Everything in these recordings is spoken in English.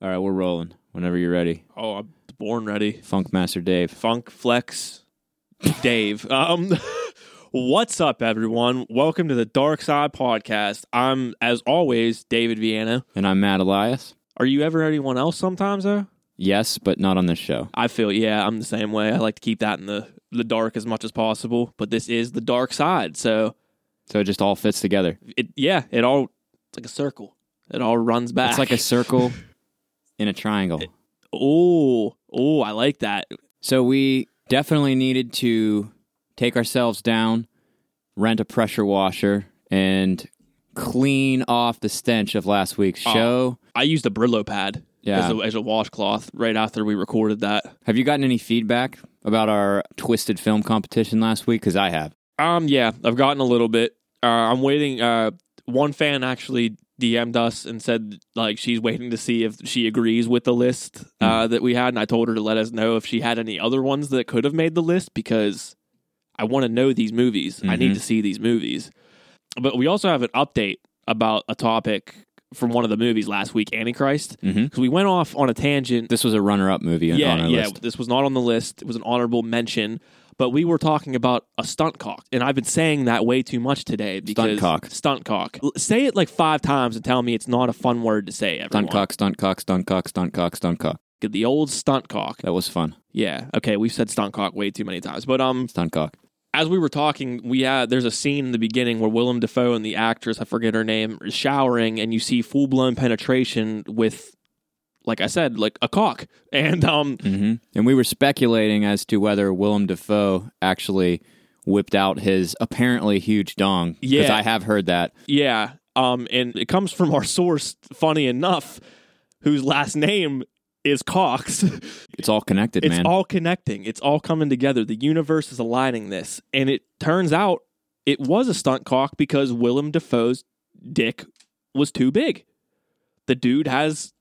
All right, we're rolling. Whenever you're ready, Oh, I'm born ready. Funk Master Dave. Funk Flex Dave. Um what's up everyone? Welcome to the Dark Side Podcast. I'm as always David Vienna. And I'm Matt Elias. Are you ever anyone else sometimes though? Yes, but not on this show. I feel yeah, I'm the same way. I like to keep that in the the dark as much as possible, but this is the dark side. So, So it just all fits together. it yeah, it all it's like a circle. It all runs back. It's like a circle in a triangle. oh, oh, I like that. So we definitely needed to take ourselves down, rent a pressure washer, and clean off the stench of last week's show. I used a Brillo pad Yeah. as, a, as a washcloth right after we recorded that. Have you gotten any feedback about our twisted film competition last week? Because I have. Um, yeah, I've gotten a little bit. Uh, I'm waiting. Uh, one fan actually DM'd us and said like she's waiting to see if she agrees with the list uh, that we had, and I told her to let us know if she had any other ones that could have made the list because I want to know these movies. I need to see these movies. But we also have an update about a topic from one of the movies last week, Antichrist, because Mhm. we went off on a tangent This was a runner-up movie yeah, on our yeah. list. This was not on the list. It was an honorable mention, but we were talking about a stunt cock, and I've been saying that way too much today. Because cock. Stunt cock. L- Say it like five times and tell me it's not a fun word to say. Everyone. Stunt cock, stunt cock, stunt cock, stunt cock, stunt cock. Get The old stunt cock. That was fun. Yeah. Okay. We've said stunt cock way too many times, but um, Stunt cock. as we were talking, we had there's a scene in the beginning where Willem Dafoe and the actress, I forget her name, is showering, and you see full blown penetration with, like I said, like a cock, and um, hmm And we were speculating as to whether Willem Dafoe actually whipped out his apparently huge dong. Because Yeah. I have heard that. Yeah. Um, and it comes from our source, funny enough, whose last name is Cox. It's all connected, it's man. all connecting, it's all coming together. The universe is aligning this. And it turns out it was a stunt cock because Willem Dafoe's dick was too big. The dude has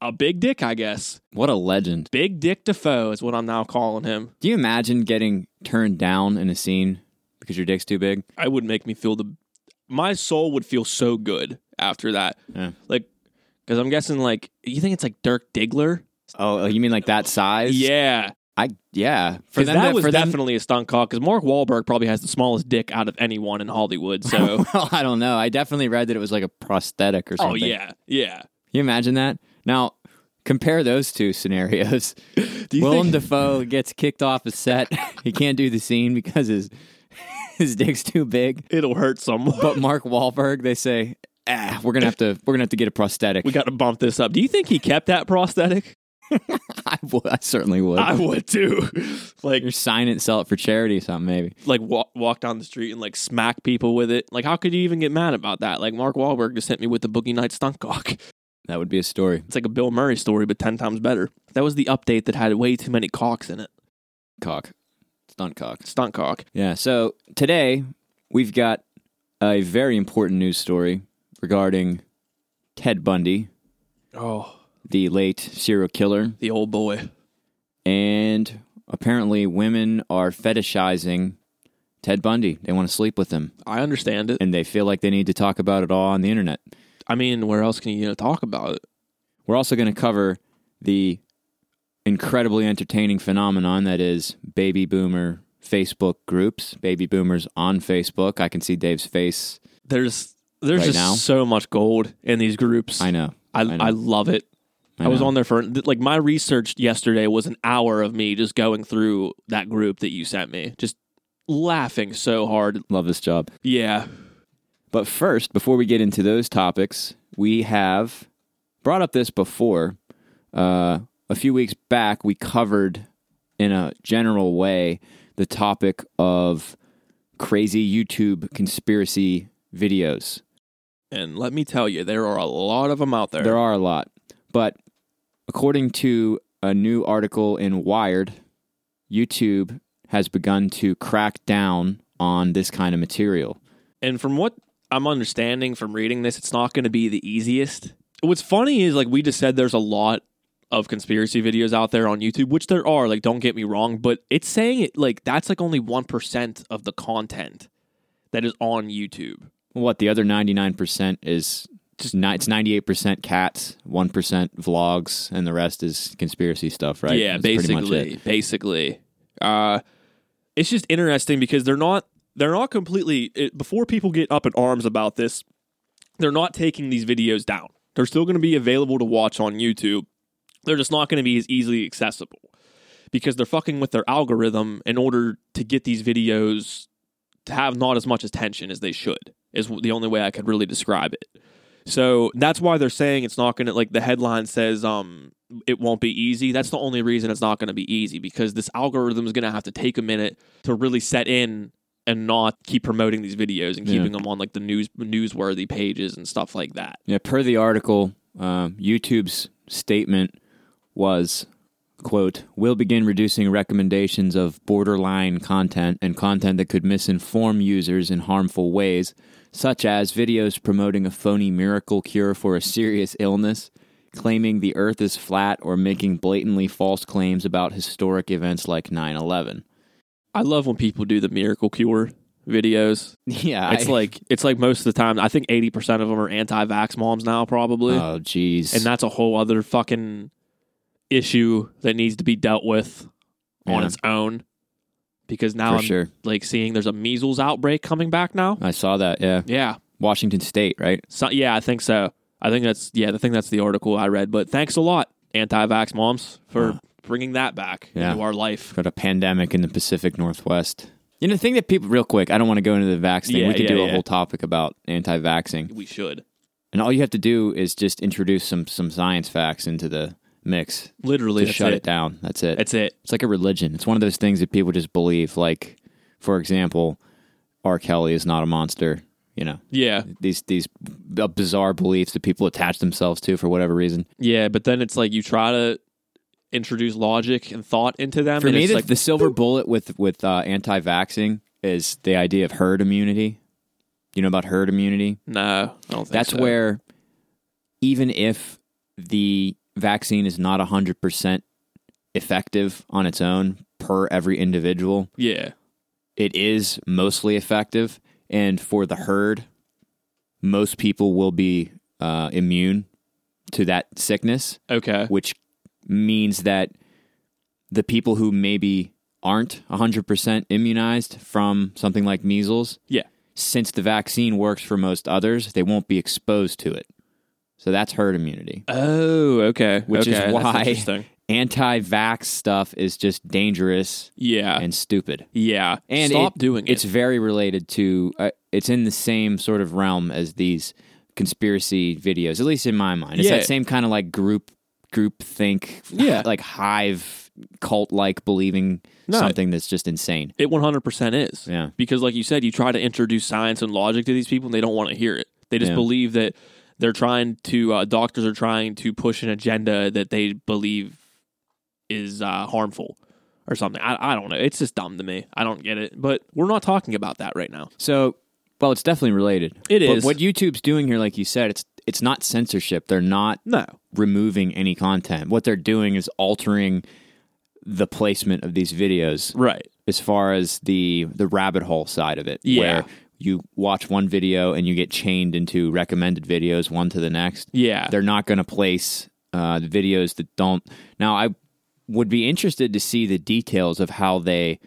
a big dick, I guess. what a legend. Big Dick Defoe is what I'm now calling him. Do you imagine getting turned down in a scene because your dick's too big? I would make me feel the my soul would feel so good after that. Yeah. Like cuz I'm guessing like you think it's like Dirk Diggler? Oh, you mean like that size? Yeah, I yeah. For because them, that to- was for them, definitely a stunt cock. Because Mark Wahlberg probably has the smallest dick out of anyone in Hollywood. So, well, I don't know. I definitely read that it was like a prosthetic or oh something. yeah, yeah. Can you imagine that? Now, compare those two scenarios. you Willem think- Dafoe gets kicked off a set. he can't do the scene because his his dick's too big. It'll hurt someone. But Mark Wahlberg, they say, ah, we're gonna have to we're gonna have to get a prosthetic. we got to bump this up. Do you think he kept that prosthetic? I, would, I certainly would. I would too. like, Or sign it, and sell it for charity, or something maybe. like walk walk down the street and like smack people with it. Like, how could you even get mad about that? Like, Mark Wahlberg just hit me with the Boogie Night stunt cock. That would be a story. It's like a Bill Murray story, but ten times better. That was the update that had way too many cocks in it. Cock, stunt cock. Stunt cock. Yeah. So today we've got a very important news story regarding Ted Bundy, Oh, the late serial killer. the old boy. and apparently women are fetishizing Ted Bundy. They want to sleep with him, I understand it. and they feel like they need to talk about it all on the internet. I mean, where else can you you know, talk about it? We're also going to cover the incredibly entertaining phenomenon that is baby boomer Facebook groups, baby boomers on Facebook. I can see Dave's face. there's there's Right just now? so much gold in these groups. I know. I, know. I love it. I, was on there for like my research yesterday was an hour of me just going through that group that you sent me, just laughing so hard. Love this job. Yeah, But first, before we get into those topics, we have brought up this before. Uh, a few weeks back, we covered in a general way the topic of crazy YouTube conspiracy videos. and let me tell you, there are a lot of them out there. There are a lot, but according to a new article in Wired, YouTube has begun to crack down on this kind of material. and from what I'm understanding from reading this, it's not going to be the easiest. What's funny is like we just said there's a lot of conspiracy videos out there on YouTube, which there are, like don't get me wrong, but it's saying it like that's like only 1% of the content that is on YouTube. What the other 99% is just ni- it's ninety eight percent cats, one percent vlogs, and the rest is conspiracy stuff, right? Yeah, That's pretty much basically, basically. Uh, it's just interesting because they're not they're not completely it, before people get up in arms about this. They're not taking these videos down. They're still going to be available to watch on YouTube. They're just not going to be as easily accessible because they're fucking with their algorithm in order to get these videos to have not as much attention as they should is the only way I could really describe it. So that's why they're saying it's not going to like the headline says um it won't be easy. That's the only reason it's not going to be easy because this algorithm is going to have to take a minute to really set in and not keep promoting these videos and Yeah. keeping them on like the news newsworthy pages and stuff like that. Yeah, per the article, um, YouTube's statement was, quote, we'll begin reducing recommendations of borderline content and content that could misinform users in harmful ways, such as videos promoting a phony miracle cure for a serious illness, claiming the earth is flat, or making blatantly false claims about historic events like 9 11. I love when people do the miracle cure videos. Yeah. It's I- like it's like most of the time I think 80% of them are anti-vax moms now probably. oh, jeez. and that's a whole other fucking issue that needs to be dealt with on Yeah. its own because now For I'm sure. like seeing there's a measles outbreak coming back now. I saw that. Yeah. Yeah, Washington State, right? so, yeah, I think so. I think that's yeah, I think that's the article I read. But thanks a lot, anti-vax moms, for Huh. bringing that back Yeah. into our life. got a pandemic in the Pacific Northwest. You know, the thing that people, real quick, I don't want to go into the vax thing. Yeah, we could yeah, do a yeah. whole topic about anti vaxxing. We should And all you have to do is just introduce some, some science facts into the mix literally to that's shut it. it down. That's it. That's it. It's like a religion. It's one of those things that people just believe. Like, for example, R. Kelly is not a monster. You know, Yeah, these, these b- bizarre beliefs that people attach themselves to for whatever reason. yeah. But then it's like you try to introduce logic and thought into them. For and me, it's the, like the silver bullet with with uh, anti-vaxing is the idea of herd immunity. You know about herd immunity? no, I don't think That's so. where even if the vaccine is not hundred percent effective on its own per every individual, yeah, it is mostly effective, and for the herd, most people will be uh, immune to that sickness okay, which means that the people who maybe aren't 100% immunized from something like measles, yeah. since the vaccine works for most others, they won't be exposed to it. So that's herd immunity, Oh, okay. which Okay, is that's why interesting. anti vax stuff is just dangerous Yeah, and stupid. yeah. And stop it- doing it. It's very related to, uh, it's in the same sort of realm as these conspiracy videos, at least in my mind. It's Yeah. that same kind of like group, group think, Yeah. like hive cult like believing No. something that's just insane. it one hundred percent is. Yeah. Because, like you said, you try to introduce science and logic to these people, and they don't want to hear it. They just Yeah. believe that they're trying to. Uh, doctors are trying to push an agenda that they believe is uh, harmful or something. I, I don't know. It's just dumb to me. I don't get it. But we're not talking about that right now. So, well, it's definitely related. It It is is. what YouTube's doing here, like you said, it's it's not censorship. They're not No. removing any content. What they're doing is altering the placement of these videos. Right. as far as the the rabbit hole side of it Yeah. where you watch one video and you get chained into recommended videos one to the next Yeah. they're not going to place uh, the videos that don't now i would be interested to see the details of how they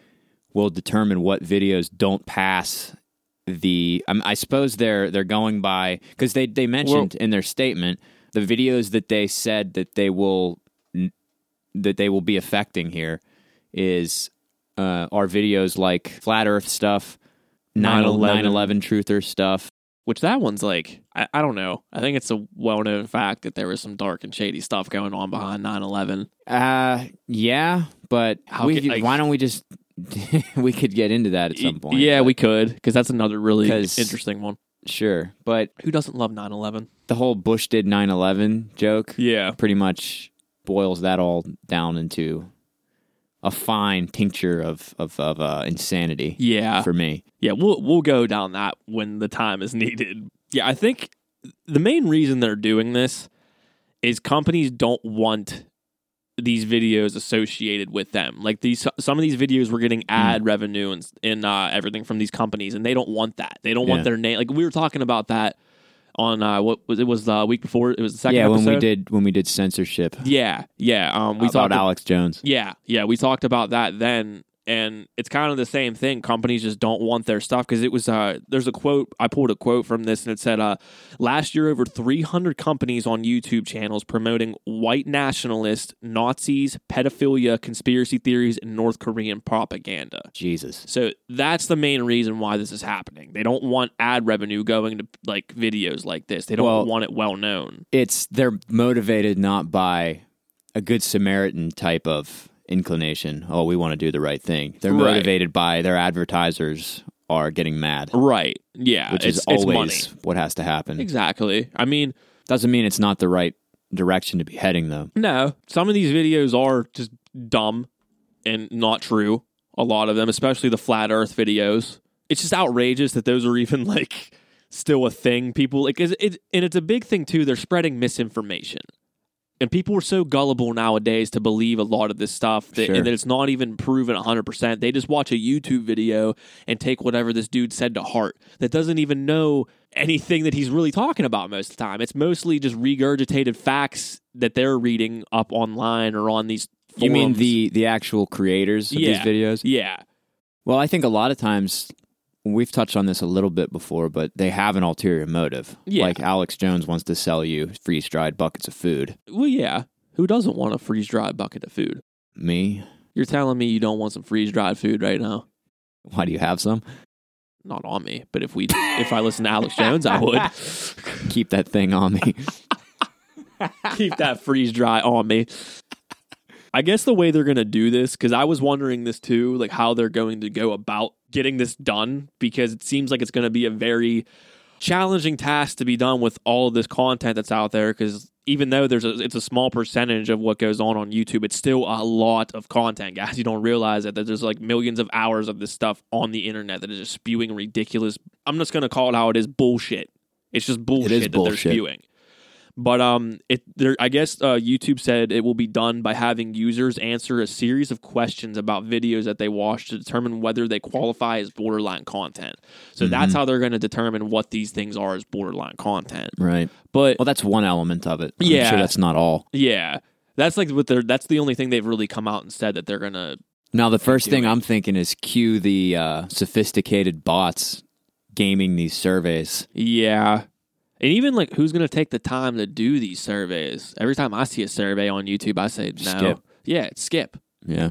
will determine what videos don't pass the um, i suppose they're they're going by because they they mentioned in their statement the videos that they said that they will that they will be affecting here is uh, are videos like flat earth stuff 9/11. 9-11 truther stuff which that one's like I, I don't know i think it's a well-known fact that there was some dark and shady stuff going on behind 9-11 Uh, yeah, but How we could- could- like- why don't we just we could get into that at some point? yeah we could because that's another really 'Cause- interesting one sure. But who doesn't love 9-11 the whole Bush did 9/11 joke yeah pretty much boils that all down into a fine tincture of of, of uh, insanity yeah for me. yeah we'll, we'll go down that when the time is needed yeah i think the main reason they're doing this is companies don't want these videos associated with them like these some of these videos were getting Hmm. ad revenue and, and uh, everything from these companies and they don't want that they don't Yeah. want their name like we were talking about that on uh, what was it was the week before it was the second yeah, when we episode? did when we did censorship yeah yeah um we about talked Alex Jones. yeah yeah we talked about that then and it's kind of the same thing companies just don't want their stuff because it was uh there's a quote I pulled a quote from this and it said uh last year over 300 companies on YouTube channels promoting white nationalist Nazis pedophilia conspiracy theories and North Korean propaganda Jesus. so that's the main reason why this is happening. They don't want ad revenue going to like videos like this. They don't Well- want it well known. It's they're motivated not by a good Samaritan type of inclination. Oh, we want to do the right thing. They're Right. motivated by their advertisers are getting mad, Right. Yeah. which it's, is it's money. always what has to happen. Exactly. I mean, Doesn't mean it's not the right direction to be heading though. no, some of these videos are just dumb and not true. A lot of them, especially the flat earth videos. It's just outrageous that those are even like still a thing. People like it's, it, and it's a big thing too. They're spreading misinformation. and people are so gullible nowadays to believe a lot of this stuff that, Sure. and that it's not even proven 100% they just watch a youtube video and take whatever this dude said to heart that doesn't even know anything that he's really talking about most of the time it's mostly just regurgitated facts that they're reading up online or on these forums. You mean the the actual creators of Yeah. these videos? yeah Well, I think a lot of times we've touched on this a little bit before, but they have an ulterior motive. Yeah. Like Alex Jones wants to sell you freeze dried buckets of food. well yeah who doesn't want a freeze-dried bucket of food Me? you're telling me you don't want some freeze-dried food right now Why do you have some? not on me but if we if i listen to alex jones i would Keep that thing on me. keep that freeze dry on me. I guess the way they're going to do this, because I was wondering this too, like how they're going to go about getting this done, because it seems like it's going to be a very challenging task to be done with all of this content that's out there. Because even though there's a, it's a small percentage of what goes on on YouTube, it's still a lot of content, guys. You don't realize it that there's like millions of hours of this stuff on the internet that is just spewing ridiculous. I'm just going to call it how it is bullshit. It's just bullshit that bullshit. they're spewing. But um, it there. I guess uh, YouTube said it will be done by having users answer a series of questions about videos that they watch to determine whether they qualify as borderline content. So Mm-hmm. that's how they're going to determine what these things are as borderline content. right. But Well, that's one element of it. I'm Yeah. sure that's not all. yeah, that's like what they're. That's the only thing they've really come out and said that they're going to. Now, the first thing I'm thinking is cue the uh, sophisticated bots gaming these surveys. Yeah. And even like, who's going to take the time to do these surveys? Every time I see a survey on YouTube, I say no. Skip. Yeah, it's skip. Yeah.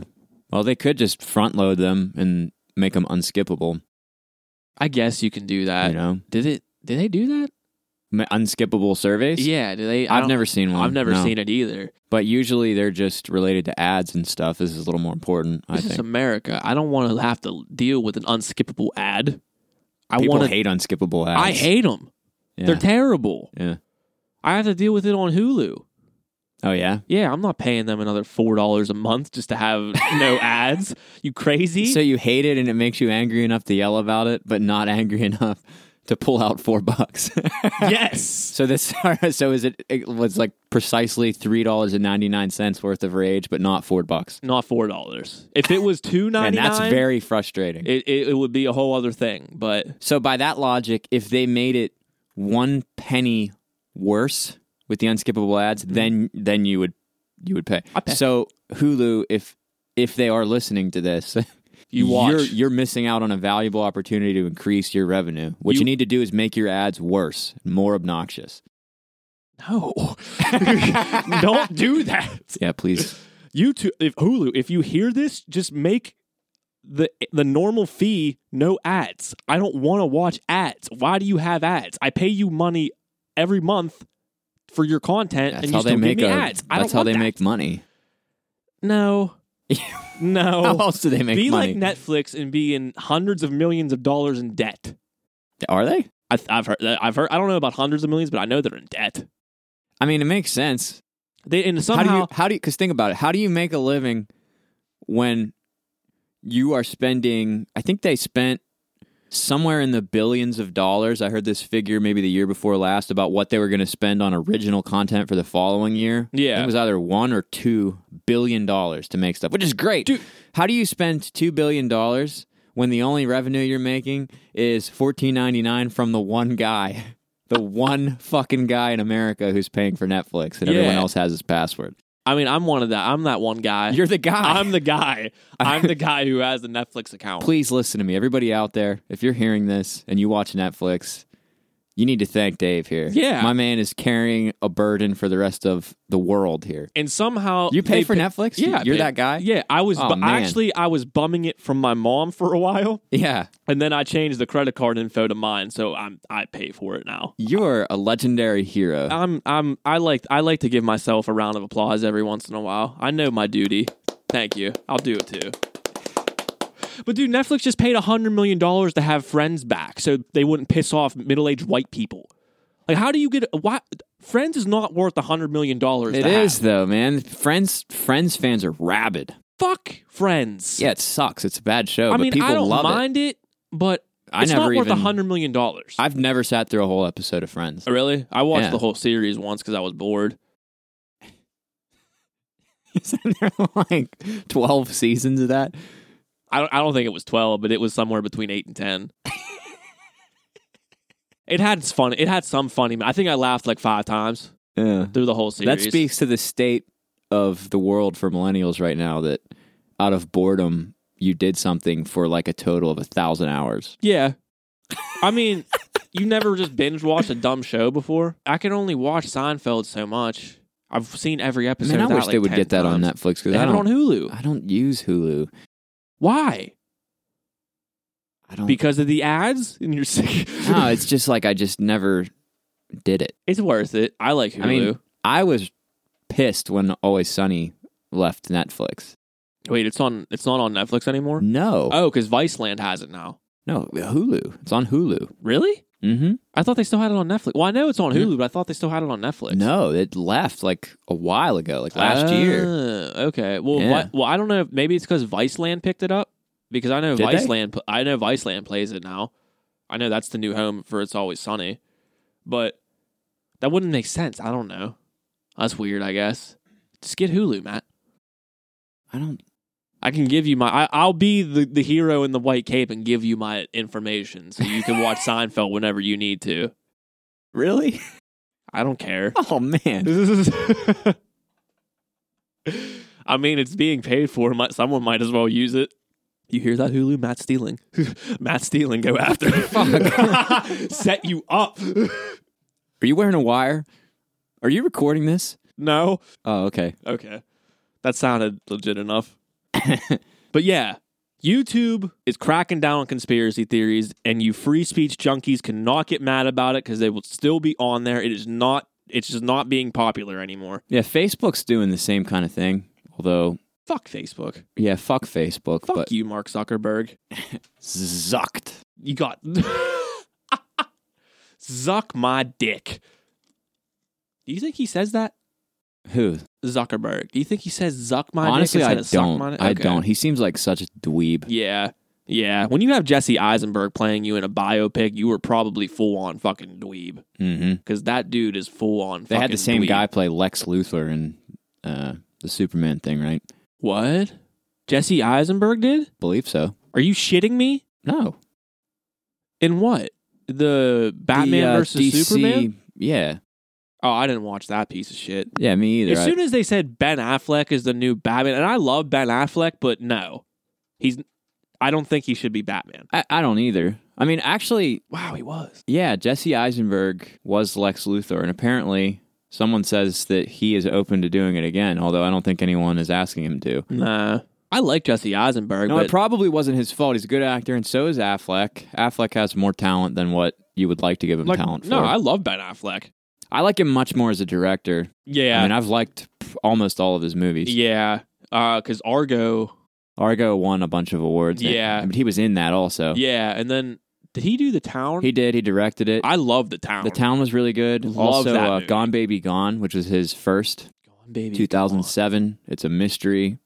Well, they could just front load them and make them unskippable, I guess you can do that. you know? Did it? Did they do that? Ma- Unskippable surveys? Yeah, do they? I I've don't- never seen one. I've never no. seen it either. But usually they're just related to ads and stuff. This is a little more important, I This is think. America. I don't want to have to deal with an unskippable ad. I People want to. hate unskippable ads. I hate them. Yeah. They're terrible. yeah. I have to deal with it on Hulu. Oh yeah. Yeah, I'm not paying them another four dollars a month just to have no ads. You crazy? So you hate it and it makes you angry enough to yell about it, but not angry enough to pull out four bucks. yes. so this so is it, it was like precisely three dollars and ninety nine cents worth of rage, but not four bucks. Not four dollars. If it was two And ninety nine, that's very frustrating. It, it it would be a whole other thing. But So by that logic, if they made it one penny worse with the unskippable ads, then then you would you would pay. pay. So Hulu, if if they are listening to this, you watch. you're you're missing out on a valuable opportunity to increase your revenue. What you, You- need to do is make your ads worse, more obnoxious. no, don't do that. Yeah, please. YouTube, if Hulu, if you hear this, just make the the normal fee no ads. I don't want to watch ads. Why do you have ads? I pay you money every month for your content, That's and you how still they give make me a- ads. I That's don't how want they that. make money. No, How no. else do they make Oh. Be money? like Netflix and be in hundreds of millions of dollars in debt. Are they? I, I've heard. I've heard. I don't know about hundreds of millions, but I know they're in debt. I mean, it makes sense. They and somehow how do you how do you because think about it how do you make a living when you are spending i think they spent somewhere in the billions of dollars i heard this figure maybe the year before last about what they were going to spend on original content for the following year I Yeah. think it was either one or two billion dollars to make stuff which is great Dude. how do you spend two billion dollars when the only revenue you're making is fourteen ninety nine from the one guy the one fucking guy in America who's paying for Netflix, and everyone Yeah. else has his password. I mean, I'm one of that. I'm that one guy. You're the guy. I'm the guy. I'm the guy who has the Netflix account. Please listen to me, everybody out there. If you're hearing this and you watch Netflix, you need to thank Dave here. Yeah. my man is carrying a burden for the rest of the world here. And somehow You pay they for Netflix? Yeah, you're they- that guy. Yeah, I was Oh, bu- man. actually I was bumming it from my mom for a while, yeah. and then I changed the credit card info to mine, so I'm I pay for it now. You're a legendary hero. I'm I'm I like I like to give myself a round of applause every once in a while. I know my duty. Thank you. I'll do it too. But dude, Netflix just paid hundred million dollars to have friends back, so they wouldn't piss off middle-aged white people. Like, how do you get why? Friends is not worth hundred million dollars. it is though, man. Friends, Friends fans are rabid. fuck friends. Yeah, it sucks. It's a bad show, I but mean, people I don't love it. mind it, but I it's never not worth even- hundred million dollars. I've never sat through a whole episode of Friends. Really? I watched Yeah. the whole series once because I was bored. Isn't there like twelve seasons of that? I don't, I don't think it was 12, but it was somewhere between 8 and 10. it had its fun. It had some funny. I think I laughed like 5 times Yeah. through the whole series. That speaks to the state of the world for millennials right now. That out of boredom, you did something for like a total of a thousand hours. Yeah. I mean, you never just binge watched a dumb show before? I can only watch Seinfeld so much. I've seen every episode. Man, I of that, wish like, they would 10 get that on times. Netflix because They I have it on don't. Hulu. I don't use Hulu. Why? I don't. Because of the ads? And you're sick. no, it's just like I just never did it. it's worth it. I like Hulu. I mean, I was pissed when Always Sunny left Netflix. Wait, it's on. It's not on Netflix anymore. No, Oh, because Viceland has it now. no, Hulu. It's on Hulu. Really? Mm-hmm. I thought they still had it on Netflix. Well, I know it's on Hulu, but I thought they still had it on Netflix. No, it left like a while ago, like last year. Oh, Okay. Well, Yeah. Vi- well, I don't know. if- Maybe it's because Viceland picked it up because I know Did they? Viceland. pl- I know Viceland plays it now. I know that's the new home for It's Always Sunny, but that wouldn't make sense. I don't know. That's weird. I guess just get Hulu, Matt. I don't. I can give you my. I, I'll be the, the hero in the white cape and give you my information so you can watch Seinfeld whenever you need to. Really? I don't care. Oh man. I mean, it's being paid for. Might, someone might as well use it. You hear that, Hulu? Matt stealing. Matt stealing. Go after. fuck? Set you up. Are you wearing a wire? Are you recording this? no. Oh, okay. Okay. That sounded legit enough. but yeah, YouTube is cracking down on conspiracy theories, and you free speech junkies cannot get mad about it because they will still be on there. It is not, it's just not being popular anymore. Yeah, Facebook's doing the same kind of thing. Although, Fuck Facebook. yeah, fuck Facebook, Fuck but you, Mark Zuckerberg. zucked. You got. Zuck my dick. Do you think he says that? Who? Zuckerberg. Do you think he says Zuck my Honestly, dick? I instead of suck don't. my dick? I Okay. don't. He seems like such a dweeb. Yeah. Yeah. When you have Jesse Eisenberg playing you in a biopic, you were probably full on fucking dweeb. Mm-hmm. Because that dude is full on They had the fucking same dweeb. guy play Lex Luthor in uh, the Superman thing, right? What? Jesse Eisenberg did? Believe so. Are you shitting me? No, In what? The Batman The, uh, versus DC Superman? Yeah, Oh, I didn't watch that piece of shit. yeah, me either. As I- soon as they said Ben Affleck is the new Batman, and I love Ben Affleck, but no. He's I don't think he should be Batman. I, I don't either. I mean, actually, Wow, he was. yeah, Jesse Eisenberg was Lex Luthor, and apparently, someone says that he is open to doing it again. Although I don't think anyone is asking him to. Nah. I like Jesse Eisenberg, No, but it probably wasn't his fault. He's a good actor, and so is Affleck. Affleck has more talent than what you would like to give him like, talent for. no, I love Ben Affleck. I like him much more as a director. Yeah, I mean, I've liked pff, almost all of his movies. yeah. Because Argo, Argo won a bunch of awards. and- Yeah. but he was in that also. yeah. And then did he do the town? He did. He directed it. I love the town. the town was really good. Love also, that uh, movie. Gone Baby Gone, which was his first, Gone, baby, 2007. It's a mystery gone.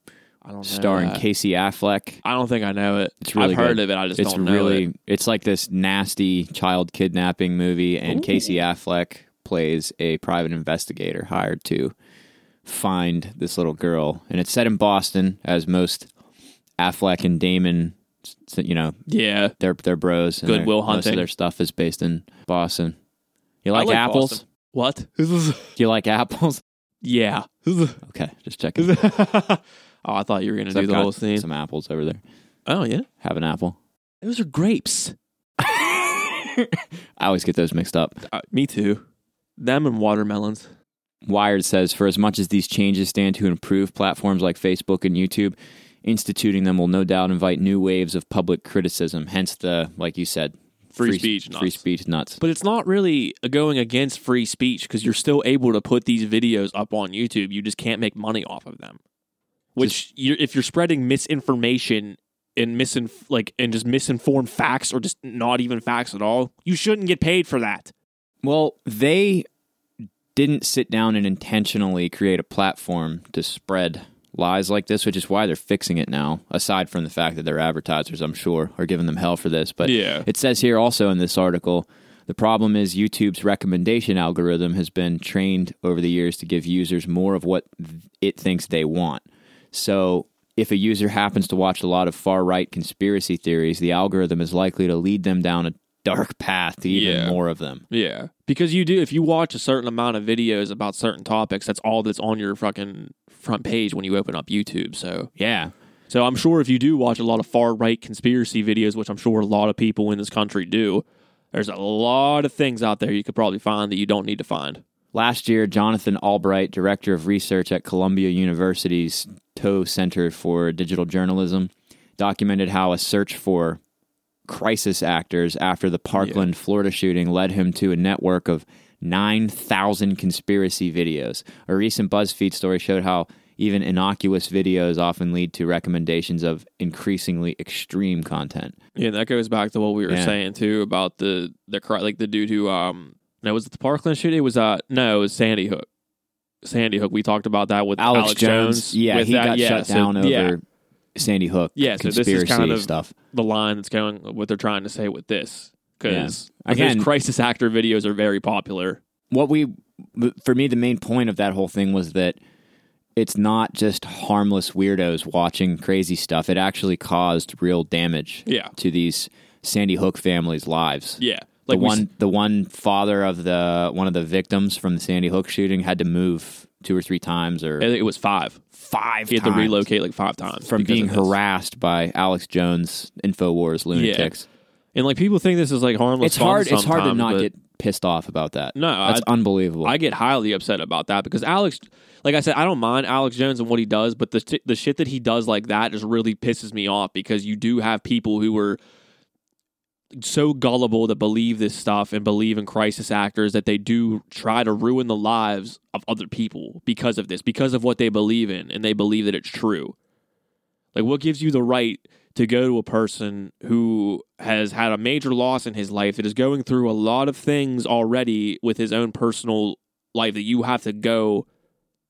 I don't know starring that. Casey Affleck. I don't think I know it. It's really I've heard good. of it. I just It's don't know really, it. it's like this nasty child kidnapping movie, and Ooh. Casey Affleck plays a private investigator hired to find this little girl, and it's set in Boston, as most Affleck and Damon, s- you know, Yeah, they're they're bros. And Good their- Will Most of Hunting. their stuff is based in Boston. You I like, like apples? Boston. What? Do you like apples? yeah. oh, Okay, just checking. I thought you were gonna I've do the got whole scene. Some apples over there. Oh yeah. Have an apple. Those are grapes. I always get those mixed up. Uh, me too. Them and watermelons. Wired says For as much as these changes stand to improve platforms like Facebook and YouTube, instituting them will no doubt invite new waves of public criticism. Hence the, like you said, Free speech Free nuts. speech nuts. But it's not really going against free speech because you're still able to put these videos up on YouTube. You just can't make money off of them. Which, you're, if you're spreading misinformation and misin like and just misinformed facts or just not even facts at all, you shouldn't get paid for that. Well, they didn't sit down and intentionally create a platform to spread lies like this, which is why they're fixing it now, aside from the fact that their advertisers, I'm sure, are giving them hell for this. But Yeah. it says here also in this article the problem is YouTube's recommendation algorithm has been trained over the years to give users more of what th- it thinks they want. So if a user happens to watch a lot of far right conspiracy theories, the algorithm is likely to lead them down a dark path to even Yeah. more of them. Yeah, because you do if you watch a certain amount of videos about certain topics, that's all that's on your fucking front page when you open up YouTube. So Yeah. So I'm sure if you do watch a lot of far right conspiracy videos, which I'm sure a lot of people in this country do, there's a lot of things out there you could probably find that you don't need to find. Last year, Jonathan Albright, director of research at Columbia University's Tow Center for Digital Journalism, documented how a search for crisis actors after the Parkland, Florida shooting led him to a network of 9,000 conspiracy videos. A recent BuzzFeed story showed how even innocuous videos often lead to recommendations of increasingly extreme content. Yeah, that goes back to what we were Yeah. saying too about the the cri- like the dude who um no was it the Parkland shit? It was uh no it was Sandy Hook. Sandy Hook. We talked about that with Alex, Jones. Yeah, with he that- got yeah, shut so- down over yeah, Sandy Hook Yeah, so this is conspiracy kind of- stuff. the line that's going what they're trying to say with this because Yeah. Again- those crisis actor videos are very popular. what we for me the main point of that whole thing was that it's not just harmless weirdos watching crazy stuff it actually caused real damage Yeah. to these sandy hook families lives Yeah, the we s- one the one father of the one of the victims from the sandy hook shooting had to move two or three times or I think It was five. five He had to times relocate like five times from because being of this. harassed by alex jones infowars lunatics And like people think this is like harmless. it's hard fun it's hard to sometimes, not but get pissed off about that No, I- that's unbelievable I get highly upset about that because Alex, like I said, I don't mind Alex Jones and what he does, but the sh- the shit that he does like that just really pisses me off because you do have people who are so gullible that believe this stuff and believe in crisis actors that they do try to ruin the lives of other people because of this, because of what they believe in, and they believe that it's true. Like, what gives you the right to go to a person who has had a major loss in his life that is going through a lot of things already with his own personal life that you have to go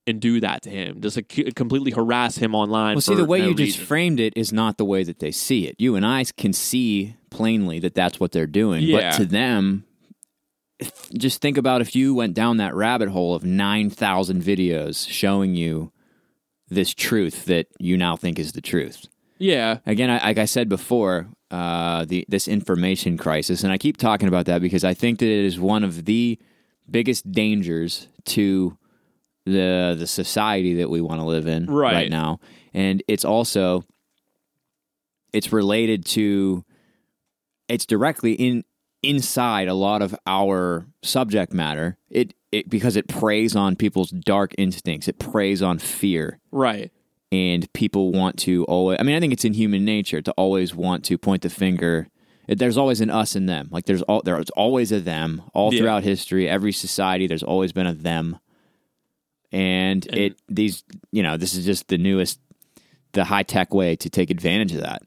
and do that to him, just like, completely harass him online? Well, see, for the way no you just reason. framed it is not the way that they see it. You and I can see plainly that that's what they're doing. Yeah. But to them, th- just think about if you went down that rabbit hole of 9,000 videos showing you this truth that you now think is the truth. yeah, Again, I, like I said before, uh, the this information crisis, and I keep talking about that because I think that it is one of the biggest dangers to the the society that we want to live in Right. now, and it's also it's related to it's directly in inside a lot of our subject matter. It it because it preys on people's dark instincts. It preys on fear right. and people want to always i mean i think it's in human nature to always want to point the finger It- there's always an us and them like there's all there's always a them all Yeah. throughout history every society there's always been a them and, And- it these you know this is just the newest the high tech way to take advantage of that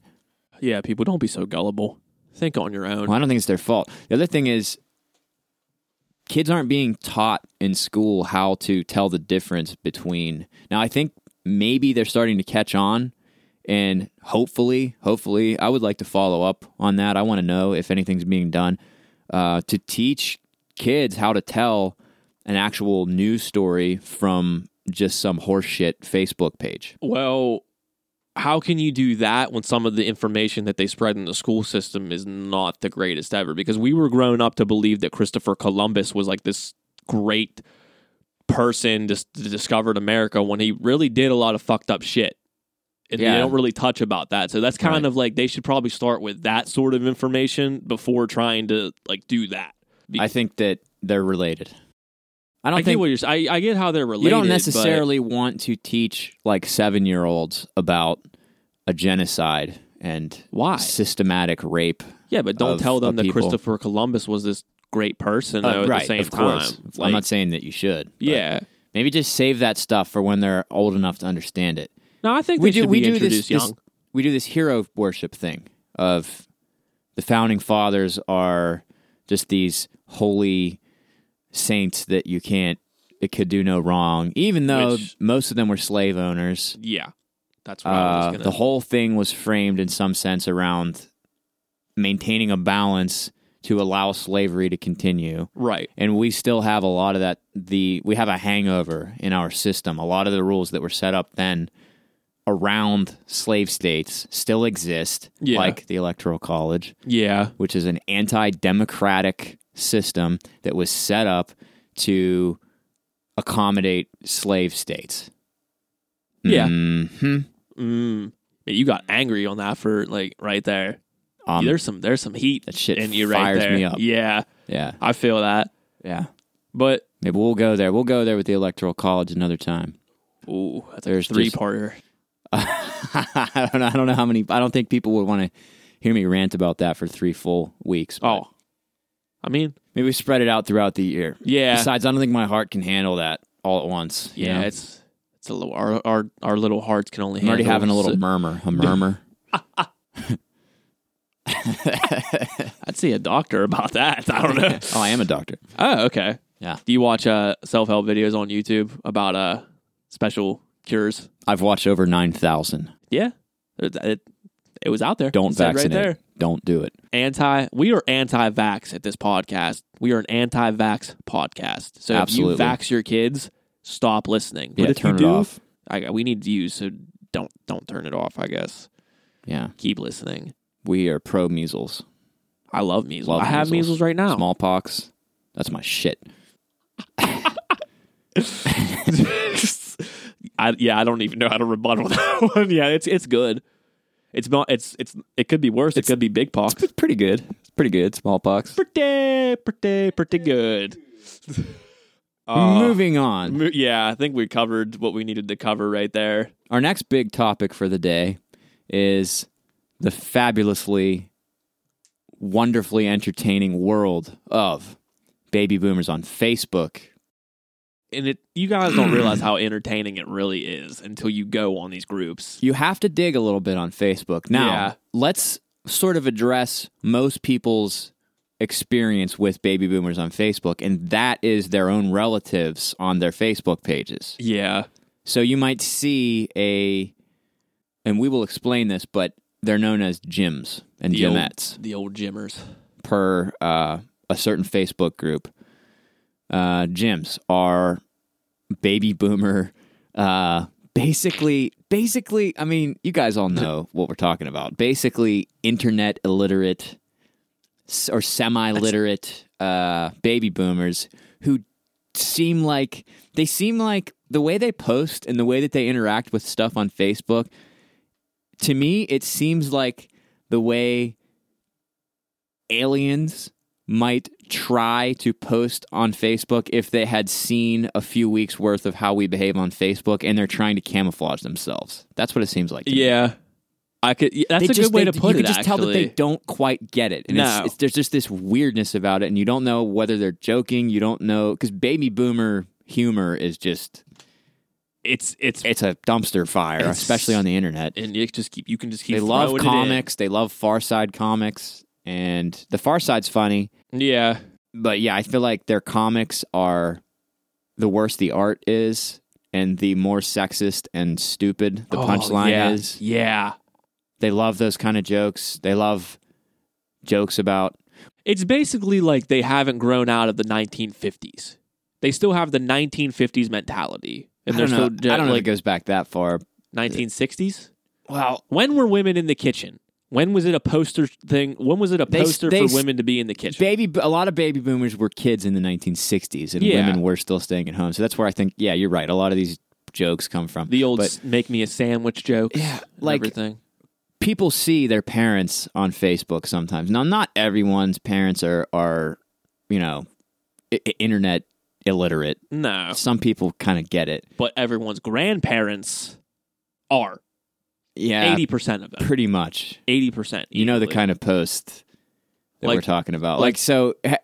Yeah, people don't be so gullible. Think on your own. well, i don't think it's their fault the other thing is kids aren't being taught in school how to tell the difference between now i think maybe they're starting to catch on and hopefully hopefully i would like to follow up on that i want to know if anything's being done uh, to teach kids how to tell an actual news story from just some horseshit facebook page Well, how can you do that when some of the information that they spread in the school system is not the greatest ever? Because we were grown up to believe that Christopher Columbus was like this great person dis- that discovered America when he really did a lot of fucked up shit. And Yeah. they don't really touch about that. So that's kind Right. of like they should probably start with that sort of information before trying to like do that. Be- I think that they're related. I I, don't get think what you're saying. I, I get how they're related. you don't but- necessarily want to teach like seven year olds about a genocide and why? systematic rape. Yeah, but don't of- tell of them that people. Christopher Columbus was this great person though, Uh, at right, the same of course. time. I'm Like, not saying that you should. but yeah. maybe just save that stuff for when they're old enough to understand it. No, I think we they should do we be do this, introduced this- young. we do this hero worship thing of the founding fathers are just these holy saints that you can't it could do no wrong even though Which- most of them were slave owners yeah, that's what I was uh, gonna. the whole thing was framed in some sense around maintaining a balance to allow slavery to continue right, and we still have a lot of that the we have a hangover in our system a lot of the rules that were set up then around slave states still exist Yeah. like the electoral college yeah, which is an anti-democratic system that was set up to accommodate slave states Yeah. Mhm. mm. But you got angry on that for like right there. Um, there's some there's some heat that shit in you right fires there. me up. Yeah, yeah I feel that. yeah But maybe we'll go there we'll go there with the electoral college another time ooh, that's There's a three parter. I don't know. I don't know how many. I don't think people would want to hear me rant about that for three full weeks. but Oh, I mean, maybe we spread it out throughout the year. yeah, Besides, I don't think my heart can handle that all at once. you yeah. know? It's it's a little our our, our little hearts can only. I'm already handle having a little so- murmur. A murmur. I'd see a doctor about that. I don't know. oh, I am a doctor. Oh, okay. Yeah. Do you watch uh, self help videos on YouTube about uh, special cures? I've watched over nine thousand. Yeah. It, it, it was out there. Don't It said vaccinate. Right there. Don't do it. Anti. We are anti vax at this podcast. We are an anti vax podcast. So if Absolutely. you vax your kids, stop listening. But yeah, if turn you it do, off. I, we need you, so don't don't turn it off. I guess Yeah, keep listening. we are pro measles, I love measles. Love I have measles. measles, right now. smallpox. That's my shit. I, yeah, I don't even know how to rebuttal that one. Yeah, it's it's good. It's not. It's it's. It could be worse. it could be big pox. It's pretty good. It's pretty good. Smallpox. Pretty, pretty, pretty good. Uh, Moving on. mo- yeah, I think we covered what we needed to cover right there. Our next big topic for the day is the fabulously, wonderfully entertaining world of baby boomers on Facebook. And it, you guys don't realize how entertaining it really is until you go on these groups. You have to dig a little bit on Facebook. Now, Yeah. let's sort of address most people's experience with baby boomers on Facebook, and that is their own relatives on their Facebook pages. Yeah, So you might see a, and we will explain this, but they're known as gyms and The old- gymettes. the old gymmers. per uh, a certain Facebook group. Uh, gyms are baby boomer. Uh, basically, basically, I mean, you guys all know what we're talking about. Basically, internet illiterate s- or semi-literate uh, baby boomers who seem like they seem like the way they post and the way that they interact with stuff on Facebook. To me, it seems like the way aliens might try to post on Facebook if they had seen a few weeks worth of how we behave on Facebook and they're trying to camouflage themselves. That's what it seems like. to me. Yeah, I could. yeah, That's They a just- good way they- to put you can it. just actually, tell that they don't quite get it. And it's, No. it's, there's just this weirdness about it and you don't know whether they're joking, you don't know cuz baby boomer humor is just it's it's it's a dumpster fire, It's- especially on the internet. and you just keep. You can just keep. they love throwing it in. comics, they love Far Side comics and the Far Side's funny. Yeah, but yeah, I feel like their comics are the worse the art is and the more sexist and stupid the Oh, punchline yeah. is. Yeah, They love those kind of jokes. They love jokes about It's basically like they haven't grown out of the 1950s. They still have the 1950s mentality, and I they're don't know, still I don't know if it like goes back that far. 1960s. wow. When were women in the kitchen? When was it a poster thing? When was it a They s- poster they s- for women to be in the kitchen? Baby, a lot of baby boomers were kids in the 1960s, and Yeah. women were still staying at home. So that's where I think, yeah, you're right. A lot of these jokes come from the old But s make me a sandwich joke. Yeah, like- everything. people see their parents on Facebook sometimes. Now, not everyone's parents are are you know I- I- internet illiterate. No, Some people kind of get it. but everyone's grandparents are Yeah, eighty percent of them. pretty much. Eighty percent. You know the kind of post that Like- we're talking about. Like, like- so, ha-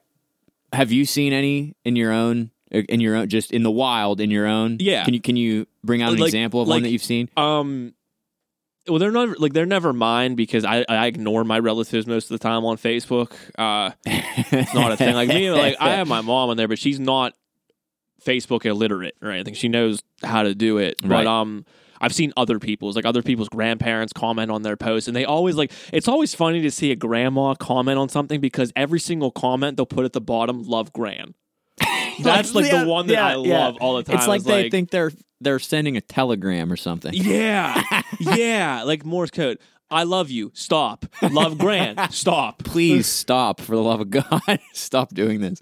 have you seen any in your own? er, In your own, just in the wild, in your own. Yeah. Can you can you bring out an Like- example of one like- that you've seen? Um, well, they're never like they're never mine because I, I ignore my relatives most of the time on Facebook. Uh, it's not a thing. Like me, like I have my mom on there, but she's not Facebook illiterate or anything. She knows how to do it. Right. But um I've seen other people's like other people's grandparents comment on their posts and they always like it's always funny to see a grandma comment on something because every single comment they'll put at the bottom love gran. That's like, yeah, the one that yeah, I yeah. love all the time. It's like is, they think they're they're sending a telegram or something. Yeah. yeah, like Morse code. I love you. Stop. Love gran. Stop. please stop for the love of god stop doing this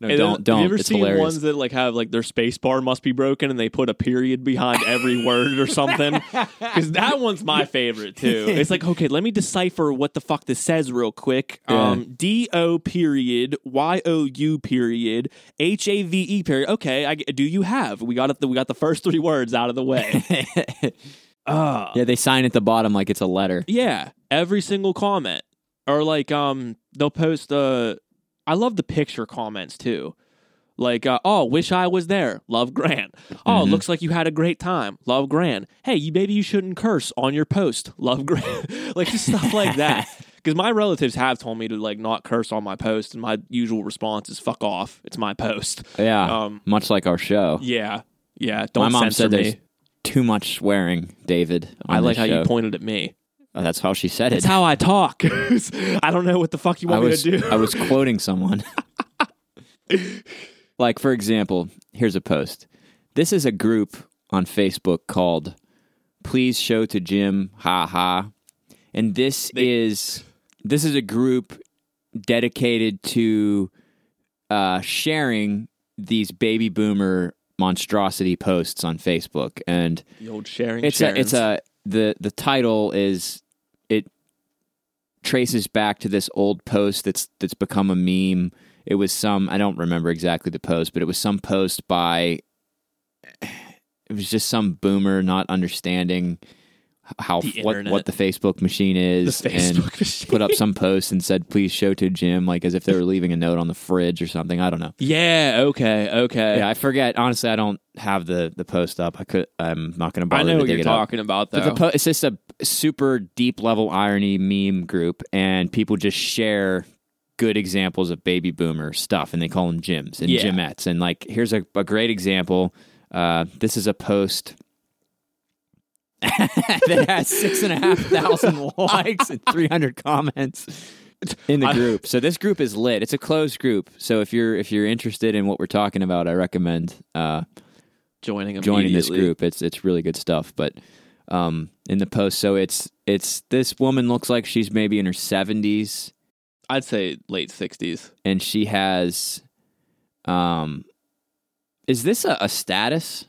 no And then- don't don't Have you ever it's seen hilarious ones that like have like their space bar must be broken and they put a period behind every word or something? Because that one's my favorite too. It's like okay, let me decipher what the fuck this says real quick. Yeah. Um, D O period Y O U period H A V E period. Okay, I, get- do you have? We got it. We got the first three words out of the way. Ah. yeah they sign at the bottom like it's a letter Yeah, every single comment, or like um, they'll post Uh, I love the picture comments too. Like, uh, oh, wish I was there. Love Grant. Oh, Mhm. looks like you had a great time. Love Grant. Hey, you maybe you shouldn't curse on your post. Love Grant. like just stuff like that. Because my relatives have told me to like not curse on my post, and my usual response is "fuck off." It's my post. yeah Um, much like our show yeah, yeah. Don't my mom censor said there's me. too much swearing david on I this like how show. you pointed at me. Oh, that's how she said It's it how I talk. I don't know what the fuck you i want was me to do. i was quoting someone like for example here's a post this is a group on facebook called please show to jim ha ha and this is this is a group dedicated to uh, sharing these baby boomer monstrosity posts on facebook and The old sharing. it's a, it's a the the title is it traces back to this old post that's that's become a meme. It was some I don't remember exactly the post, but it was some post by it was just some boomer not understanding how The what internet. what the Facebook machine is and Facebook machine. put up some post and said please show to Jim like as if they were leaving a note on the fridge or something. I don't know. Yeah. Okay. Okay. Yeah, I forget. Honestly, I don't have the the post up. I could I'm not going to bother I know to what dig it you're up. talking about, though. But the po- it's just a super deep level irony meme group, and people just share good examples of baby boomer stuff, and they call them gyms and Yeah. gymettes. And like, here's a, a great example. Uh, this is a post that has six and a half thousand likes and 300 comments in the I- group. So this group is lit. It's a closed group. So if you're if you're interested in what we're talking about, I recommend uh, joining joining this immediately. group. It's it's really good stuff. But um, in the post, so it's it's this woman looks like she's maybe in her seventies, I'd say late '60s. and she has, um, is this a, a status?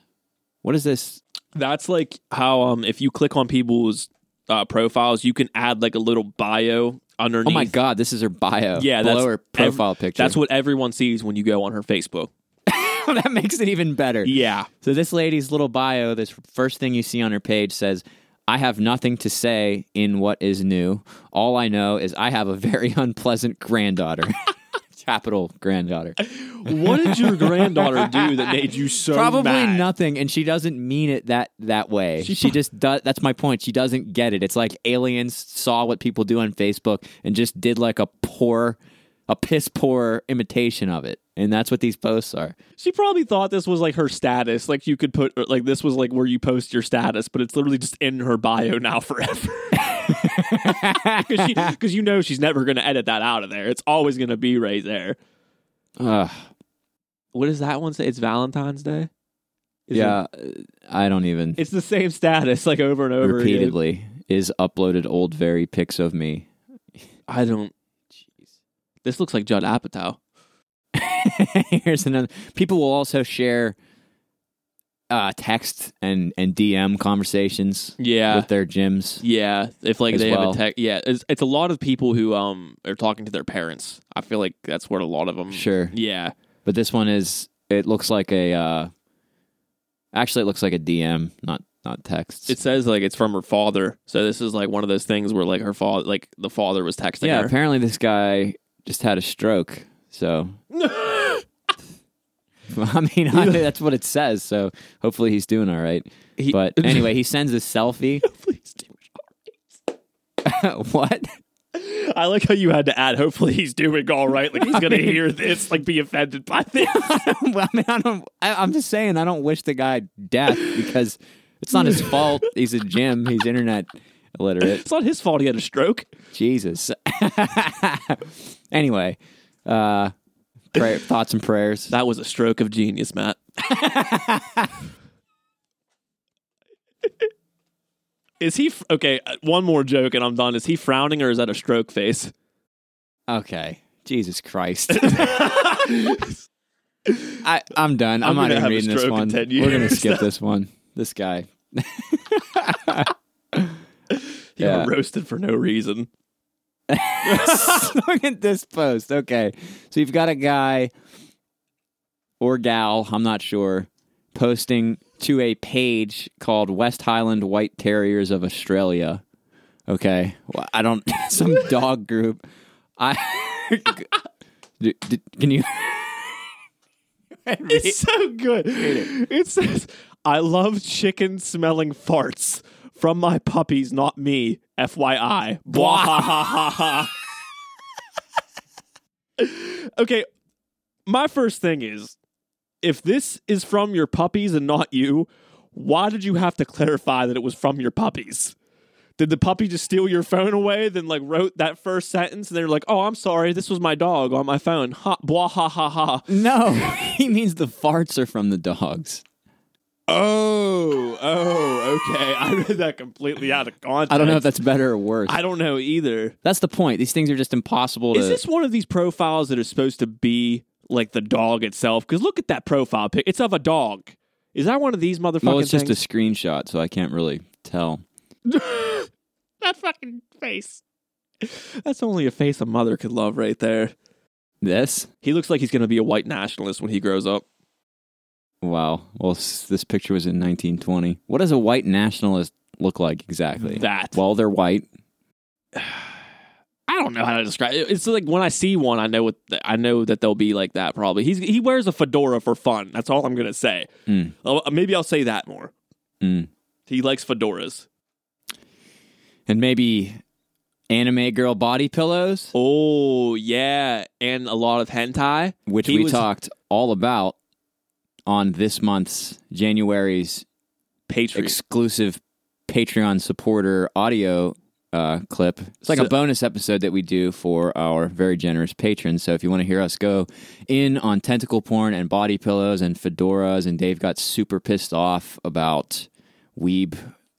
What is this? That's like how um if you click on people's uh, profiles, you can add like a little bio underneath. Oh my god, this is her bio. Yeah, below that's her profile picture. That's what everyone sees when you go on her Facebook. that makes it even better. Yeah. So this lady's little bio, this first thing you see on her page says, "I have nothing to say in what is new. All I know is I have a very unpleasant granddaughter." Capital granddaughter. What did your granddaughter do that made you so Probably mad? nothing and she doesn't mean it that that way. She, just does that's my point. She doesn't get it. It's like aliens saw what people do on Facebook and just did like a poor a piss poor imitation of it. And that's what these posts are. She probably thought this was like her status. Like you could put like this was like where you post your status, but it's literally just in her bio now forever. Because you know she's never going to edit that out of there. It's always going to be right there. Ugh. What does that one say? It's Valentine's Day. Is it- yeah, I don't even it's the same status like over and over again. repeatedly. is uploaded old very pics of me. I don't. This looks like Judd Apatow. Here's another. People will also share uh, text and and DM conversations Yeah. with their gyms. yeah. If like As they well. have a tech. Yeah. It's, it's a lot of people who um are talking to their parents. I feel like that's where a lot of them. Sure, Yeah. but this one is. It looks like a. Uh, actually, it looks like a DM, not not texts. It says like it's from her father. So this is like one of those things where like her father, like the father was texting yeah. her. Apparently, this guy just had a stroke. So. I mean, I, that's what it says. So hopefully he's doing all right. He- but anyway, he sends a selfie. Please do. what? I like how you had to add. Hopefully he's doing all right. Like he's gonna hear this. Like be offended by this. well, I mean, I don't. I, I'm just saying, I don't wish the guy death because it's not his fault. He's a gym. He's internet illiterate. it's not his fault he had a stroke. Jesus. anyway, uh, prayer, thoughts and prayers. That was a stroke of genius, Matt. is he f- okay? uh, One more joke and I'm done. Is he frowning or is that a stroke face? Okay. Jesus Christ. I, I'm done. I'm, I'm not even gonna have a reading this stroke in one. 10 We're gonna years. skip this one. This guy. He Yeah. got roasted for no reason. Look at this post. Okay. So you've got a guy or gal, I'm not sure, posting to a page called West Highland White Terriers of Australia. Okay. Well, I don't, some dog group. I, D- d- can you, It's so good. It says, "I love chicken smelling farts from my puppies, not me." FYI. Blah, ha, ha, ha, ha. okay, my first thing is, if this is from your puppies and not you, why did you have to clarify that it was from your puppies? Did the puppy just steal your phone away? Then like wrote that first sentence, and they're like, "Oh, I'm sorry, this was my dog on my phone." Ha, blah ha ha ha. no, he means the farts are from the dogs. Oh, oh, okay. I read that completely out of context. I don't know if that's better or worse. I don't know either. that's the point. These things are just impossible Is to. this one of these profiles that is supposed to be like the dog itself? Because look at that profile pic. It's of a dog. Is that one of these motherfucking well, it's just things? a screenshot, so I can't really tell. that fucking face. That's only a face a mother could love, right there. This? He looks like he's going to be a white nationalist when he grows up. Wow. Well, s- this picture was in 1920. What does a white nationalist look like exactly? That. Well, they're white. I don't know how to describe it. It's like when I see one, I know what I know that they'll be like that. Probably he's he wears a fedora for fun. That's all I'm gonna say. Mm. Oh, maybe I'll say that more. Mm. He likes fedoras. And maybe anime girl body pillows, Oh yeah, and a lot of hentai. which He we was- talked all about on this month's January's Patreon. exclusive Patreon supporter audio uh, clip. It's like So- a bonus episode that we do for our very generous patrons. So if you want to hear us go in on tentacle porn and body pillows and fedoras, and Dave got super pissed off about weeb.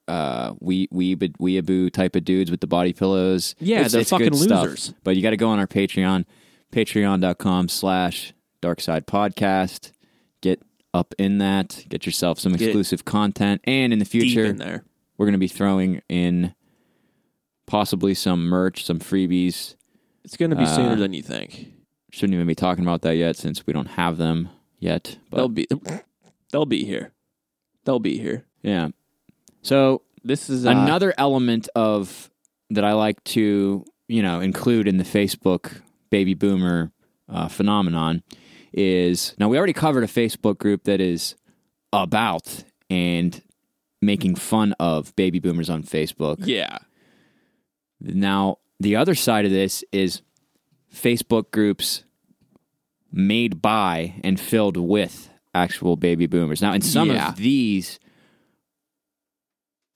Uh, we weeb weeaboo type of dudes with the body pillows. Yeah, It's- they're it's good fucking stuff. losers. But you got to go on our Patreon, patreon.com slash dark side podcast. Get up in that, get yourself some exclusive content. And in the deep future, in there. we're going to be throwing in possibly some merch, some freebies. It's gonna be Uh, sooner than you think. Shouldn't even be talking about that yet since we don't have them yet. they'll But be. They'll be here. They'll be here. yeah. So This is uh, another element of that I like to you know include in the Facebook baby boomer uh, phenomenon is now we already covered a Facebook group that is about and making fun of baby boomers on Facebook. Yeah. Now the other side of this is Facebook groups made by and filled with actual baby boomers. Now in some Yeah. of these,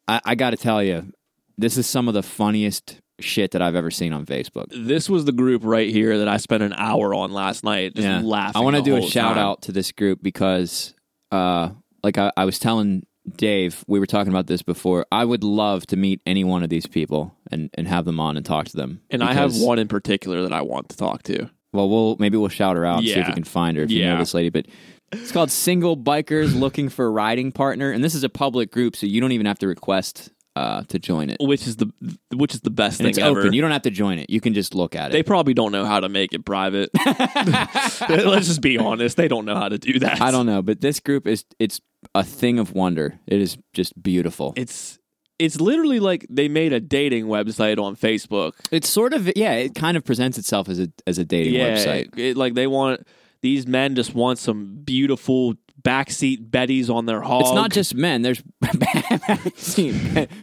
I, I got to tell you, this is some of the funniest shit that I've ever seen on Facebook. This was the group right here that I spent an hour on last night, just Yeah. laughing. I want to the do a whole shout time. out to this group because, uh, like I, I was telling Dave, we were talking about this before. I would love to meet any one of these people and, and have them on and talk to them. And I have Because- one in particular that I want to talk to. Well, we'll maybe we'll shout her out and see if Yeah. we can find her if you know Yeah. this lady. But it's called Single Bikers Looking for a Riding Partner, and this is a public group, so you don't even have to request uh, to join it. Which is the which is the best And thing it's ever. open. You don't have to join it. You can just look at it. they probably don't know how to make it private. Let's just be honest. They don't know how to do that. I don't know, but this group is it's a thing of wonder. It is just beautiful. It's it's literally like they made a dating website on Facebook. It's sort of yeah. It kind of presents itself as a as a dating website. it- like they want these men just want some beautiful backseat Bettys on their hog. It's not just men. There's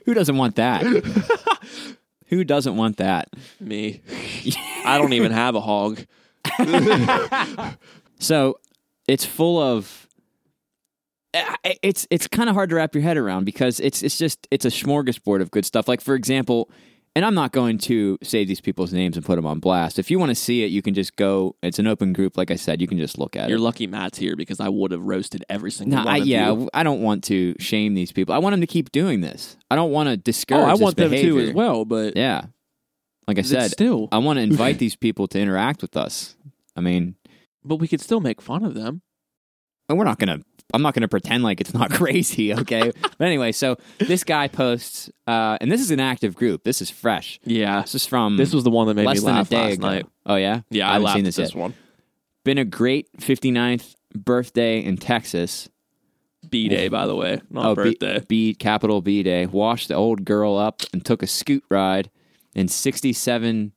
who doesn't want that? who doesn't want that? me. I don't even have a hog. So it's full of I- I- it's it's kind of hard to wrap your head around because it's it's just it's a smorgasbord of good stuff. Like for example, and I'm not going to say these people's names and put them on blast. If you want to see it, you can just go. It's an open group, like I said. You can just look at You're it. lucky Matt's here because I would have roasted every single No, one I, of yeah, you. I don't want to shame these people. I want them to keep doing this. I don't want to discourage. Oh, I this want them too behavior. as well, but Yeah, like I it's said, um, still. I want to invite these people to interact with us. I mean, But we could still make fun of them. And we're not gonna i'm not gonna pretend like it's not crazy okay but anyway so this guy posts uh and this is an active group this is fresh Yeah. this is from This was the one that made less me than laugh a day last ago. night. oh yeah Yeah, I, haven't laughed seen at this this yet one. been a great 59th birthday in texas B day, by the way, not oh B- birthday. B, capital b day washed the old girl up and took a scoot ride in 67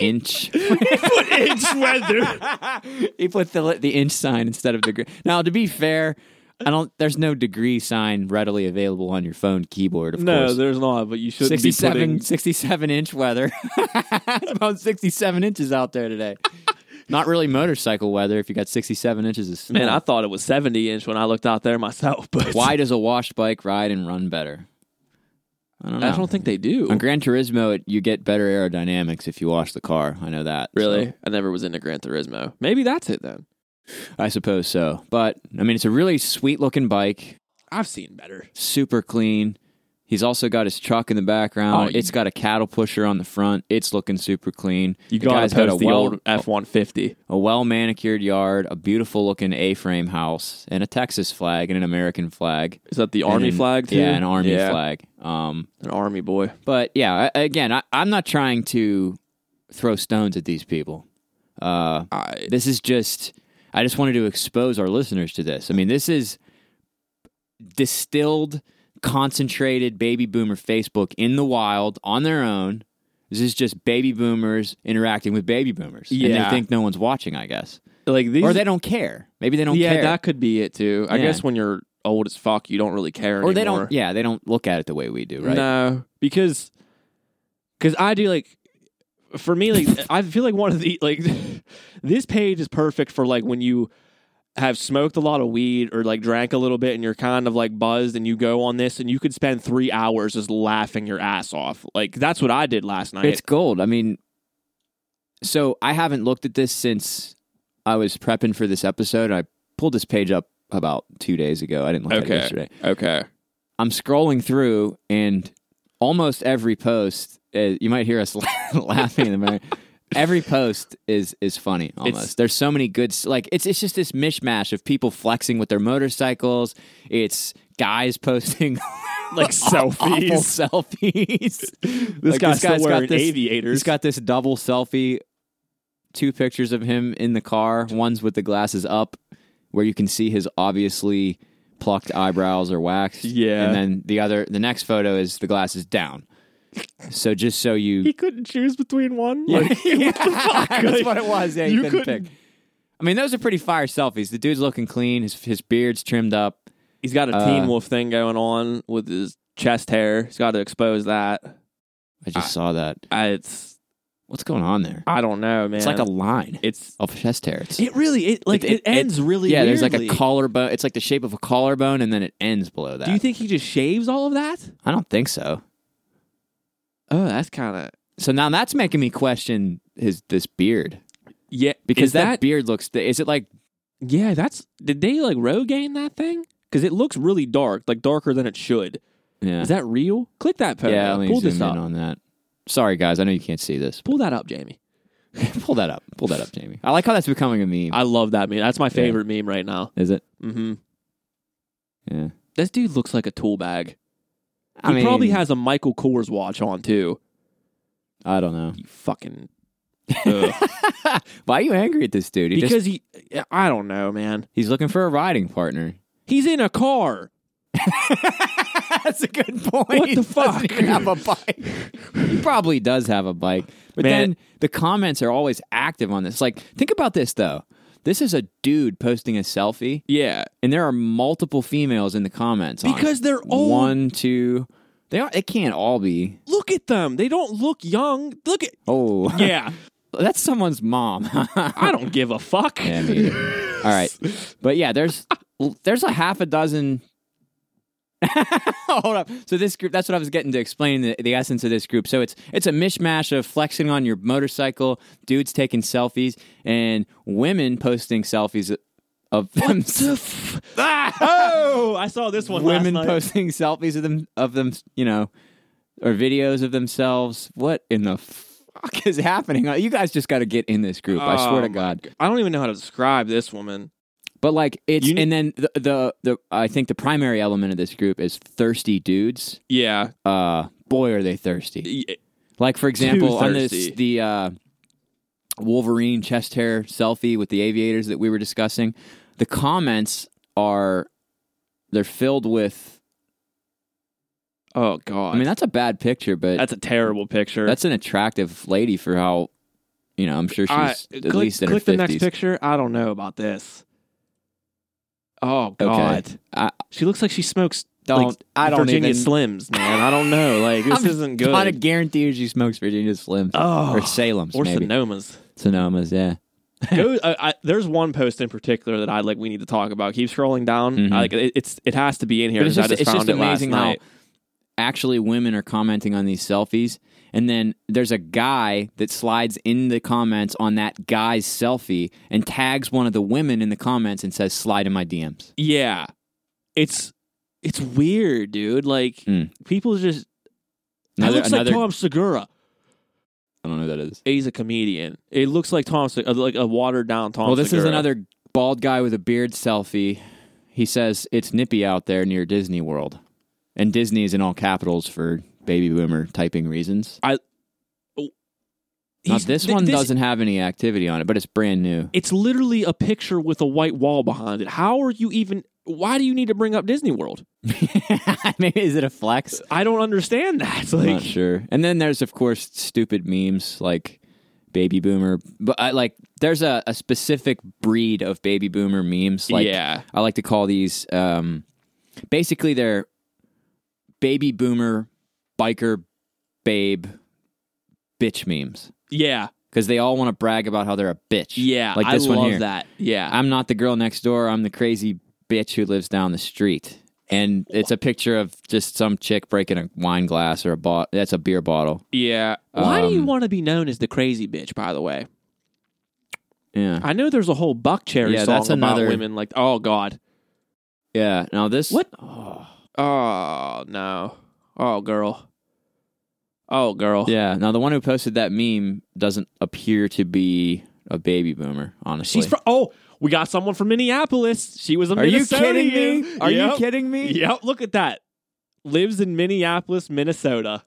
inch it's weather. he put the the inch sign instead of degree. Now, to be fair, I don't. There's no degree sign readily available on your phone keyboard. Of No, course, there's not. But you should 67, be putting. 67 inch weather. it's about 67 inches out there today. Not really motorcycle weather if you got 67 inches of snow. Man, I thought it was 70 inch when I looked out there myself. But Why does a washed bike ride and run better? I don't know. I don't think they do. on Gran Turismo, it, you get better aerodynamics if you wash the car. I know that. Really, so I never was into Gran Turismo. Maybe that's it then. I suppose so. But, I mean, it's a really sweet looking bike. I've seen better. super clean. He's also got his truck in the background. Oh, you- it's got a cattle pusher on the front. It's looking super clean. You the guy's guys got got a the well old F one fifty. a well manicured yard, a beautiful looking A frame house, and a Texas flag and an American flag. Is that the army And an- flag too? Yeah, an army Yeah, flag. Um, An army boy. but yeah, I, again, I, I'm not trying to throw stones at these people. Uh, I this is just i just wanted to expose our listeners to this i mean this is distilled concentrated baby boomer facebook in the wild on their own this is just baby boomers interacting with baby boomers and they Yeah. think no one's watching i guess like these. or they don't care maybe they don't yeah, care that could be it too. I Yeah. guess when you're old as fuck, you don't really care. or they anymore. don't yeah they don't look at it the way we do right No, because because I do like for me like I feel like one of the like this page is perfect for like when you have smoked a lot of weed or like drank a little bit and you're kind of like buzzed and you go on this and you could spend three hours just laughing your ass off. Like that's what I did last night. It's gold. I mean, so I haven't looked at this since I was prepping for this episode. I pulled this page up about two days ago. I didn't look at Okay. it yesterday. okay. I'm scrolling through, and almost every post, uh, you might hear us laughing in the mirror. Every post is is funny. Almost there's so many good s- like it's it's just this mishmash of people flexing with their motorcycles. It's guys posting Like awful selfies. selfies. This Like, guy's, this guy's still got wearing this- aviators. He's got this double selfie, two pictures of him in the car. One's with the glasses up, where you can see his obviously plucked eyebrows are waxed. Yeah. and then the other, the next photo is the glasses down. So just so you, he couldn't choose between one. Yeah. Like, what the fuck? that's Like, what it was. Yeah, you, couldn't, pick. I mean, those are pretty fire selfies. The dude's looking clean. His his beard's trimmed up. He's got a Uh, Teen Wolf thing going on with his chest hair. He's got to expose that. I just saw that. I, it's What's going on there? I don't know, man. It's like a line it's of chest hair. It's, it really it like It- it, it- ends really yeah, there's like a weirdly. collarbone. It's like the shape of a collarbone, and then it ends below that. Do you think he just shaves all of that? I don't think so. Oh, that's kind of So now that's making me question his this beard yeah because is that, beard looks. Is it like yeah that's did they like Rogaine that thing? because it looks really dark, like darker than it should. Yeah. Is that real? Click that yeah, paragraph. let me Pull zoom this in up. on that. Sorry, guys. I know you can't see this. Pull that up, Jamie. Pull that up. Pull that up, Jamie. I like how that's becoming a meme. I love that meme. That's my favorite meme right now. Is it? hmm Yeah. This dude looks like a tool bag. He I mean, probably has a Michael Kors watch on too. I don't know. You fucking. Ugh. Why are you angry at this dude? He just- because he, I don't know, man. he's looking for a riding partner. He's in a car. That's a good point. What the He doesn't fuck? even have a bike. he probably does have a bike, but Man. then the comments are always active on this. Like, think about this though. This is a dude posting a selfie, Yeah, and there are multiple females in the comments. on it. because they're old. one, two, they are. It can't all be. Look at them. They don't look young. Look at. Oh, Yeah, that's someone's mom. I don't give a fuck. Yeah, me either. All right, but yeah, there's there's a half a dozen. Hold up. So this group—that's what I was getting to explain the, the essence of this group. So it's it's a mishmash of flexing on your motorcycle, dudes taking selfies, and women posting selfies of them. oh, I saw this one. women last night. posting selfies of them of them, you know, or videos of themselves. What in the fuck is happening? You guys just got to get in this group. I swear Oh to my God. I don't even know how to describe this woman. But like it's You need- and then the, the the I think the primary element of this group is thirsty dudes. Yeah. Uh boy are they thirsty. Y- Like for example on this thirsty. the uh Wolverine chest hair selfie with the aviators that we were discussing, the comments are they're filled with Oh god. I mean that's a bad picture but that's, that's a terrible picture. an attractive lady for how you know, I'm sure she's I- at click, least in click her the next 50s. picture. I don't know about this. Oh god. I- she looks like she smokes Don't like, I don't Virginia even Slims, man. I don't know. Like this I'm isn't good. I guarantee you she smokes Virginia Slims oh. or Salem's or maybe. Sonomas. Sonomas, yeah. Go, I, I, there's one post in particular that I like. We need to talk about. Keep scrolling down. Mhm. I, like it, it's it has to be in here. But it's 'cause just, I just it's found just it last amazing how night. actually women are commenting on these selfies. And then there's a guy that slides in the comments on that guy's selfie and tags one of the women in the comments and says, slide in my DMs. Yeah. It's it's weird, dude. Like Mm. people just Another- that looks another- like Tom Segura. I don't know who that is. He's a comedian. It looks like Tom Se- uh, like a watered down Tom well, this is Segura. another bald guy with a beard selfie. He says, it's nippy out there near Disney World. And Disney is in all capitals for baby boomer typing reasons. Now, He's- this thi- one doesn't have any activity on it, but it's brand new. It's literally a picture with a white wall behind it. How are you even why do you need to bring up Disney World? Maybe is it a flex? I don't understand that. It's Like not sure. And then there's of course stupid memes like baby boomer, but I, like there's a, a specific breed of baby boomer memes. Like Yeah. I like to call these um, basically they're baby boomer biker babe bitch memes Yeah. because they all want to brag about how they're a bitch. Yeah. like this I one love here. that. Yeah. I'm not the girl next door. I'm the crazy bitch who lives down the street. And it's a picture of just some chick breaking a wine glass or a bottle. That's a beer bottle. yeah. Why do you Um, want to be known as the crazy bitch, by the way? Yeah. I know there's a whole Buck Cherry Yeah, song that's about another- women like oh god. Yeah. Now this. What? Oh. Oh no. Oh girl. Oh girl. Yeah. Now the one who posted that meme doesn't appear to be a baby boomer. Honestly. She's from oh, we got someone from Minneapolis. She was a Are you Minnesotan. kidding me? Are Yep. you kidding me? Yep, look at that. Lives in Minneapolis, Minnesota.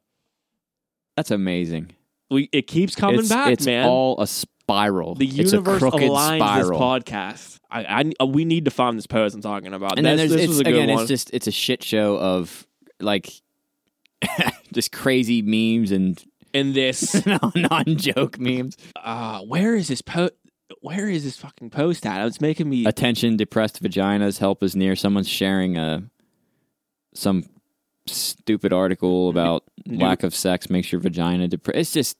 That's amazing. We it keeps coming it's, back, it's man. all a spiral. the it's universe a crooked aligns this spiral. podcast. I, I we need to find this post I'm talking about. and then That's- there's this it's, was a good again, one. it's just it's a shit show of like just crazy memes and and this, non joke memes. uh, where is this post? Where is this fucking post at? It's making me. Attention, depressed vaginas. Help is near. Someone's sharing a some stupid article about Dude. lack of sex makes your vagina depressed. It's just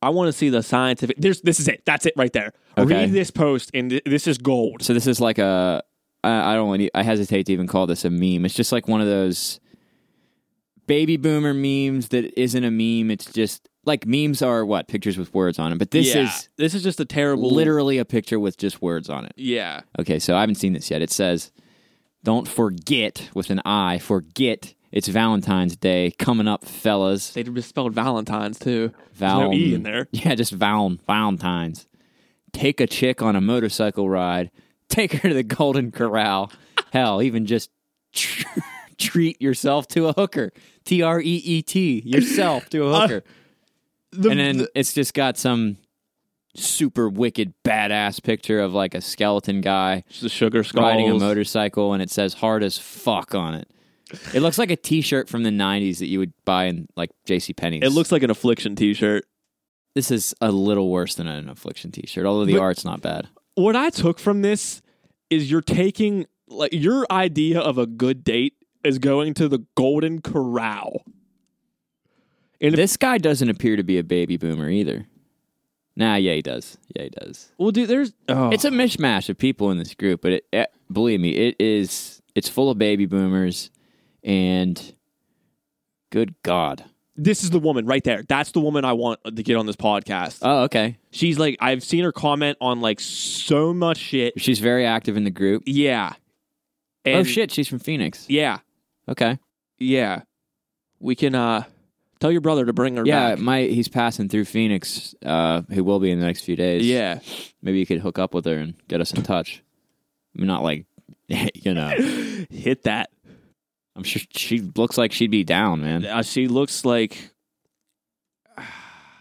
I want to see the scientific. There's this is it. That's it right there. Okay. Read this post, and th- this is gold. so. This is like a. I, I don't want. to- I hesitate to even call this a meme. It's just like one of those baby boomer memes that isn't a meme. It's just like memes are what pictures with words on them. But this Yeah. is this is just a terrible literally a picture with just words on it. Yeah, Okay, so I haven't seen this yet. It says Don't forget with an I. Forget it's Valentine's Day coming up, fellas. They misspelled Valentine's too. There's Val no E in there. Yeah, just Val Valentine's. Take a chick on a motorcycle ride. Take her to the Golden Corral. Hell, even just tr- treat yourself to a hooker. T R E E T yourself to a hooker. Uh, The- and then the- it's just got some super wicked badass picture of like a skeleton guy It's the sugar skulls. riding a motorcycle and it says hard as fuck on it. It looks like a t-shirt from the 90s that you would buy in like JC Penney's. It looks like an affliction T-shirt. This is a little worse than an affliction t-shirt, although the But- art's not bad. What I took from this is you're taking like your idea of a good date is going to the Golden Corral. It- This guy doesn't appear to be a baby boomer either. Nah, yeah, he does. Yeah, he does. Well, dude, there's oh, It's a mishmash of people in this group, but it, eh, believe me, it is it's full of baby boomers and good god. this is the woman right there. That's the woman I want to get on this podcast. Uh, Oh, okay. She's like I've seen her comment on like so much shit. She's very active in the group. Yeah. And oh shit, she's from Phoenix. Yeah. Okay. Yeah. We can uh tell your brother to bring her Yeah, back. my he's passing through Phoenix. Uh, he will be in the next few days. Yeah. maybe you could hook up with her and get us in touch. I mean, not like you know. Hit that. I'm sure she looks like she'd be down, man. Uh, she looks like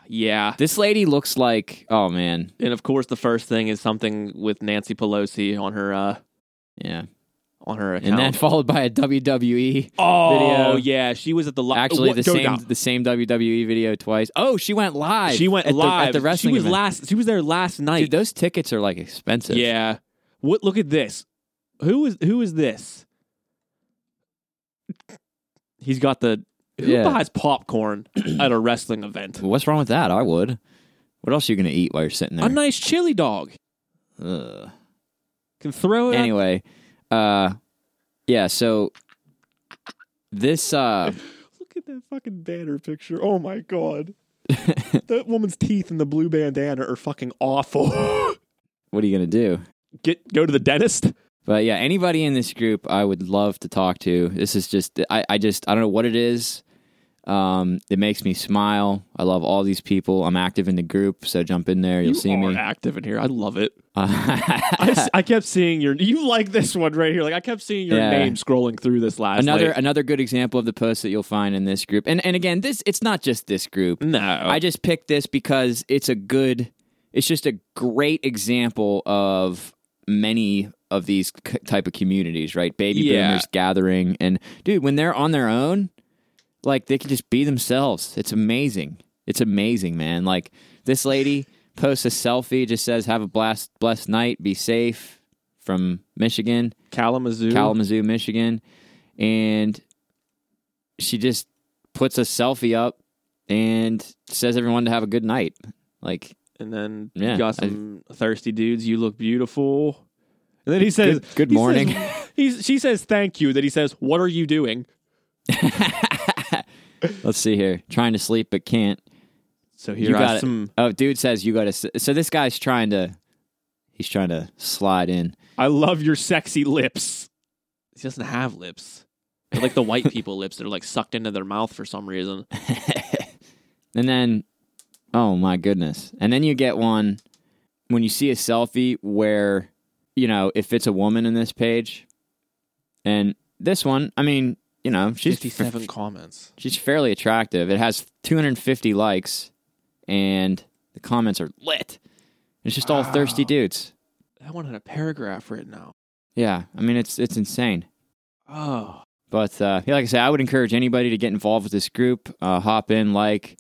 Yeah. This lady looks like oh man, And of course the first thing is something with Nancy Pelosi on her uh yeah. on her account. And then followed by a WWE. oh video. yeah, she was at the li- Actually, What- the go same down. the same WWE video twice. Oh, she went live. She went at the- live at the wrestling. She was event. last. She was there last night. Dude, those tickets are like expensive. Yeah. What? Look at this. Who is who is this? He's got the. Who Yeah. buys popcorn at a wrestling event? What's wrong with that? I would. What else are you gonna eat while you're sitting A there? nice chili dog Ugh. can throw it. at- Anyway, uh, yeah. So this uh, Look at that fucking banner picture. Oh my god. that woman's teeth and the blue bandana are fucking awful. what are you gonna do? Get go to the dentist. But yeah, anybody in this group, I would love to talk to. This is just, I, I just, I don't know what it is. Um, it makes me smile. I love all these people. I'm active in the group, so jump in there. You'll you see are me. active in here. I love it. I, Uh, s- I kept seeing your. You like this one right here. Like I kept seeing your Yeah. name scrolling through this last. another, night. another good example of the post that you'll find in this group. And and again, this it's not just this group. No. I just picked this because it's a good, it's just a great example of many of these c- type of communities, right? Baby Yeah. boomers gathering, and dude, when they're on their own, like they can just be themselves. It's amazing. It's amazing, man. Like this lady posts a selfie, just says, "Have a blast, blessed night, be safe." From Michigan, Kalamazoo. Kalamazoo, Michigan, and she just puts a selfie up and says everyone to have a good night. Like and then Yeah, you got I- some thirsty dudes. You look beautiful. And then he says, good, good he morning. says- he's, she says, "Thank you." Then he says, "What are you doing?" Let's see here. Trying to sleep but can't. So You here got are it. some. Oh, dude says you got to. So this guy's trying to. He's trying to slide in. I love your sexy lips. He doesn't have lips. They're like the white people lips that are like sucked into their mouth for some reason. And then, oh my goodness. And then you get one when you see a selfie where, you know, if it's a woman in this page, and this one, I mean, you know, she's Fifty-seven comments. she's fairly attractive. It has 250 likes, and the comments are lit. It's just all Wow. thirsty dudes. That one had a paragraph written out. Yeah, I mean, it's it's insane. Oh, But uh, yeah, like I said, I would encourage anybody to get involved with this group. Uh, hop in, like.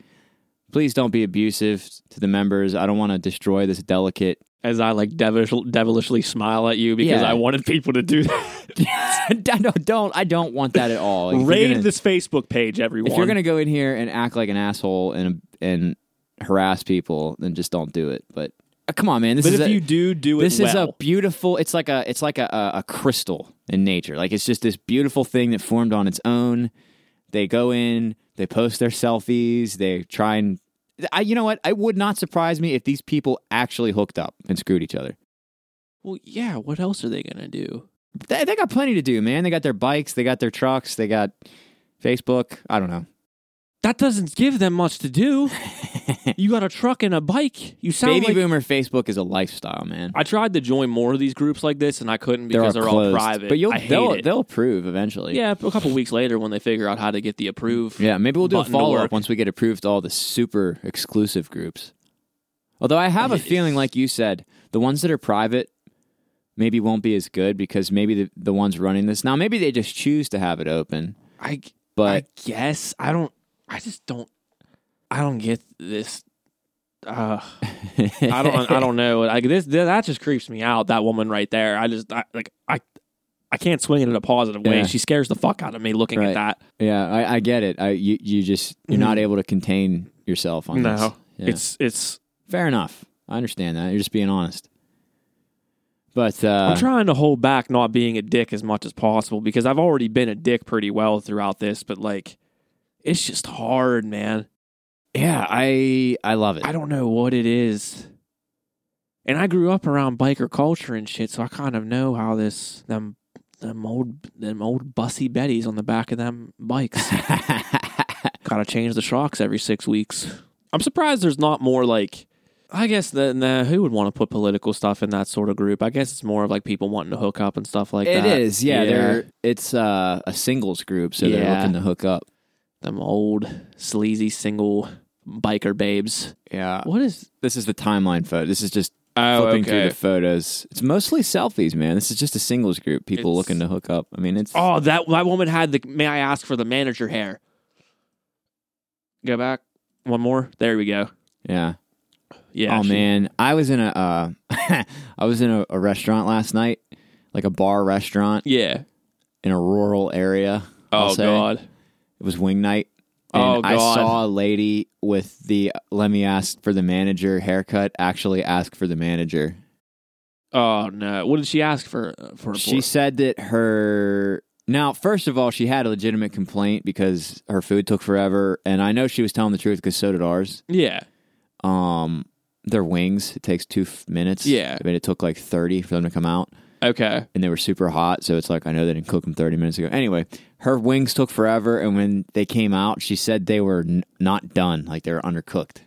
Please don't be abusive to the members. I don't want to destroy this delicate. as I like devilish, devilishly smile at you because Yeah. I wanted people to do that. I don't, don't. I don't want that at all. Like, if you're Raid gonna- this Facebook page, everyone. If you're gonna go in here and act like an asshole and and harass people, then just don't do it. But uh, come on, man. This but is if a, you do, do it. this is well. a beautiful it's like a it's like a, a, a crystal in nature like it's just this beautiful thing that formed on its own they go in they post their selfies they try and I, you know what it would not surprise me if these people actually hooked up and screwed each other Well, yeah. What else are they gonna do? they, they got plenty to do, man. They got their bikes, they got their trucks, they got Facebook. I don't know. That doesn't give them much to do. you got a truck and a bike. You sound Baby like boomer Facebook is a lifestyle, man. I tried to join more of these groups like this and I couldn't There because are they're all closed. private. But you'll I hate they'll it. they'll approve eventually. yeah, a couple weeks later when they figure out how to get the approve. Yeah, maybe we'll do a Button to follow up work. once we get approved to all the super exclusive groups. Although I have a feeling, like you said, the ones that are private maybe won't be as good because maybe the, the ones running this now, maybe they just choose to have it open. I But I guess I don't. I just don't. I don't get this. Uh, I don't. I don't know. Like this, that just creeps me out. That woman right there. I just I, like I. I can't swing it in a positive way. Yeah. She scares the fuck out of me looking Right. at that. yeah, I, I get it. I you, you just you're not able to contain yourself on this. Mm-hmm. No, Oh, Yeah. it's it's. fair enough. I understand that. You're just being honest. But uh, I'm trying to hold back not being a dick as much as possible because I've already been a dick pretty well throughout this. But like, it's just hard, man. yeah, I I love it. I don't know what it is. And I grew up around biker culture and shit, so I kind of know how this them them old them old bussy betties on the back of them bikes gotta change the shocks every six weeks. I'm surprised there's not more like I guess that nah, who would want to put political stuff in that sort of group? I guess it's more of like people wanting to hook up and stuff like It is, that. yeah. They're it's uh, a singles group, so they're Yeah. looking to hook up. them old sleazy single biker babes. Yeah, What is this is the timeline photo. This is just oh, flipping through the photos. It's mostly selfies, man. This is just a singles group. People It's- looking to hook up. I mean, it's Oh, that that woman had the. May I ask for the manager hair? Go back one more. There we go. yeah. Yeah. oh she- man, I was in a uh, I was in a, a restaurant last night, like a bar restaurant Yeah. in a rural area. I'll Oh say. god. It was wing night. Oh, I God. saw a lady with the let me ask for the manager haircut actually ask for the manager. Oh no. What did she ask for? uh, For She said that her now, first of all, she had a legitimate complaint because her food took forever, and I know she was telling the truth because so did ours. Yeah. Um, their wings it takes two f- minutes. Yeah. I mean, it took like thirty for them to come out, Okay. and they were super hot. So it's like I know they didn't cook them thirty minutes ago. Anyway, her wings took forever, and when they came out, she said they were n- not done, like they were undercooked.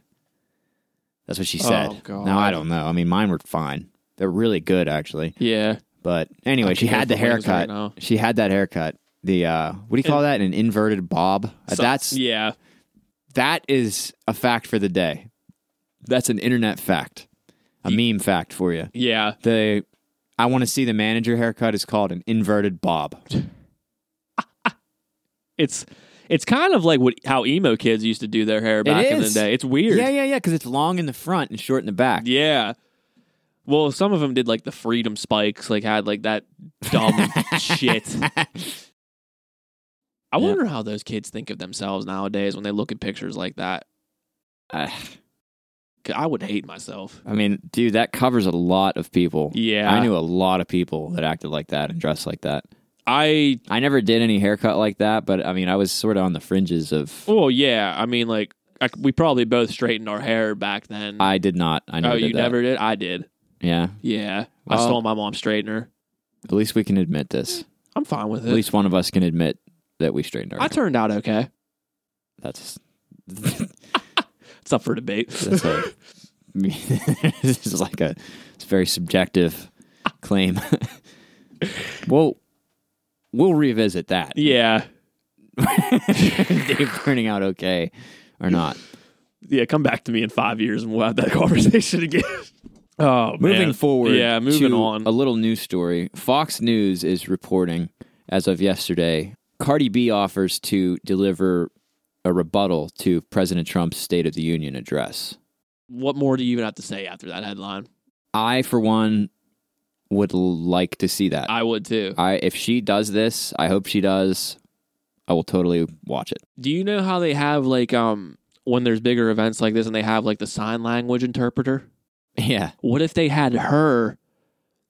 That's what she said. Oh, God. Now I don't know. I mean, mine were fine. They're really good, actually. Yeah. But anyway, I she could go had the for wings right haircut. now. she had that haircut. The uh, what do you call that? An inverted bob. Uh, So- That's yeah. that is a fact for the day. That's an internet fact, a meme fact for you. Yeah. The I want to see the manager haircut is called an inverted bob. It's it's kind of like what how emo kids used to do their hair back in the is. day. It's weird. Yeah, yeah, yeah. Because it's long in the front and short in the back. Yeah. Well, some of them did like the freedom spikes, like had like that dumb shit. I Yeah. wonder how those kids think of themselves nowadays when they look at pictures like that. Uh, 'Cause I would hate myself. I mean, dude, that covers a lot of people. Yeah. I knew a lot of people that acted like that and dressed like that. I I never did any haircut like that, but I mean, I was sort of on the fringes of. well, yeah. I mean, like I, we probably both straightened our hair back then. I did not. I never oh, did you that. never did? I did. Yeah. Yeah, I Well- stole my mom's straightener. At least we can admit this. I'm fine with At it. least one of us can admit that we straightened our. I turned out okay. that's It's up for debate. that's a. this is like a. It's a very subjective claim. well, we'll revisit that. yeah, Dave turning out okay or not. yeah. Come back to me in five years, and we'll have that conversation again. Oh, Moving man. forward, Yeah, moving to on. A little news story. Fox News is reporting as of yesterday Cardi B offers to deliver a rebuttal to President Trump's State of the Union address. what more do you even have to say after that headline? I, for one, would l- like to see that. I would too. I, if she does this, I hope she does. I will totally watch it. Do you know how they have like um when there's bigger events like this and they have like the sign language interpreter? Yeah, What if they had her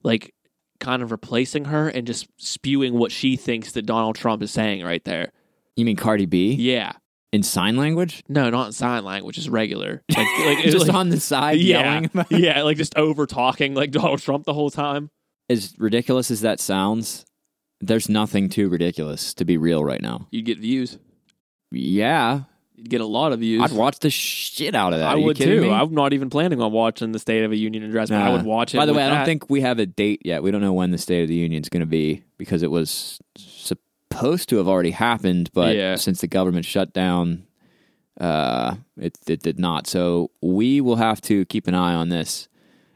like kind of replacing her and just spewing what she thinks that Donald Trump is saying right there? you mean Cardi B Yeah. in sign language, No, not in sign language, just regular. Like like just like- on the side yeah, yelling. About yeah, like just over talking like Donald Trump the whole time. as ridiculous as that sounds, there's nothing too ridiculous to be real right now. You'd get views. Yeah, You'd get a lot of views. I'd watch the shit out of that. I Are you would kidding too. me? I'm not even planning on watching the State of a Union address, but I Nah. would watch it. By the with way, I don't that. think we have a date yet. We don't know when the State of the Union is going to be because it was supposed to have already happened, but Yeah. since the government shut down, uh, it it did not. So we will have to keep an eye on this.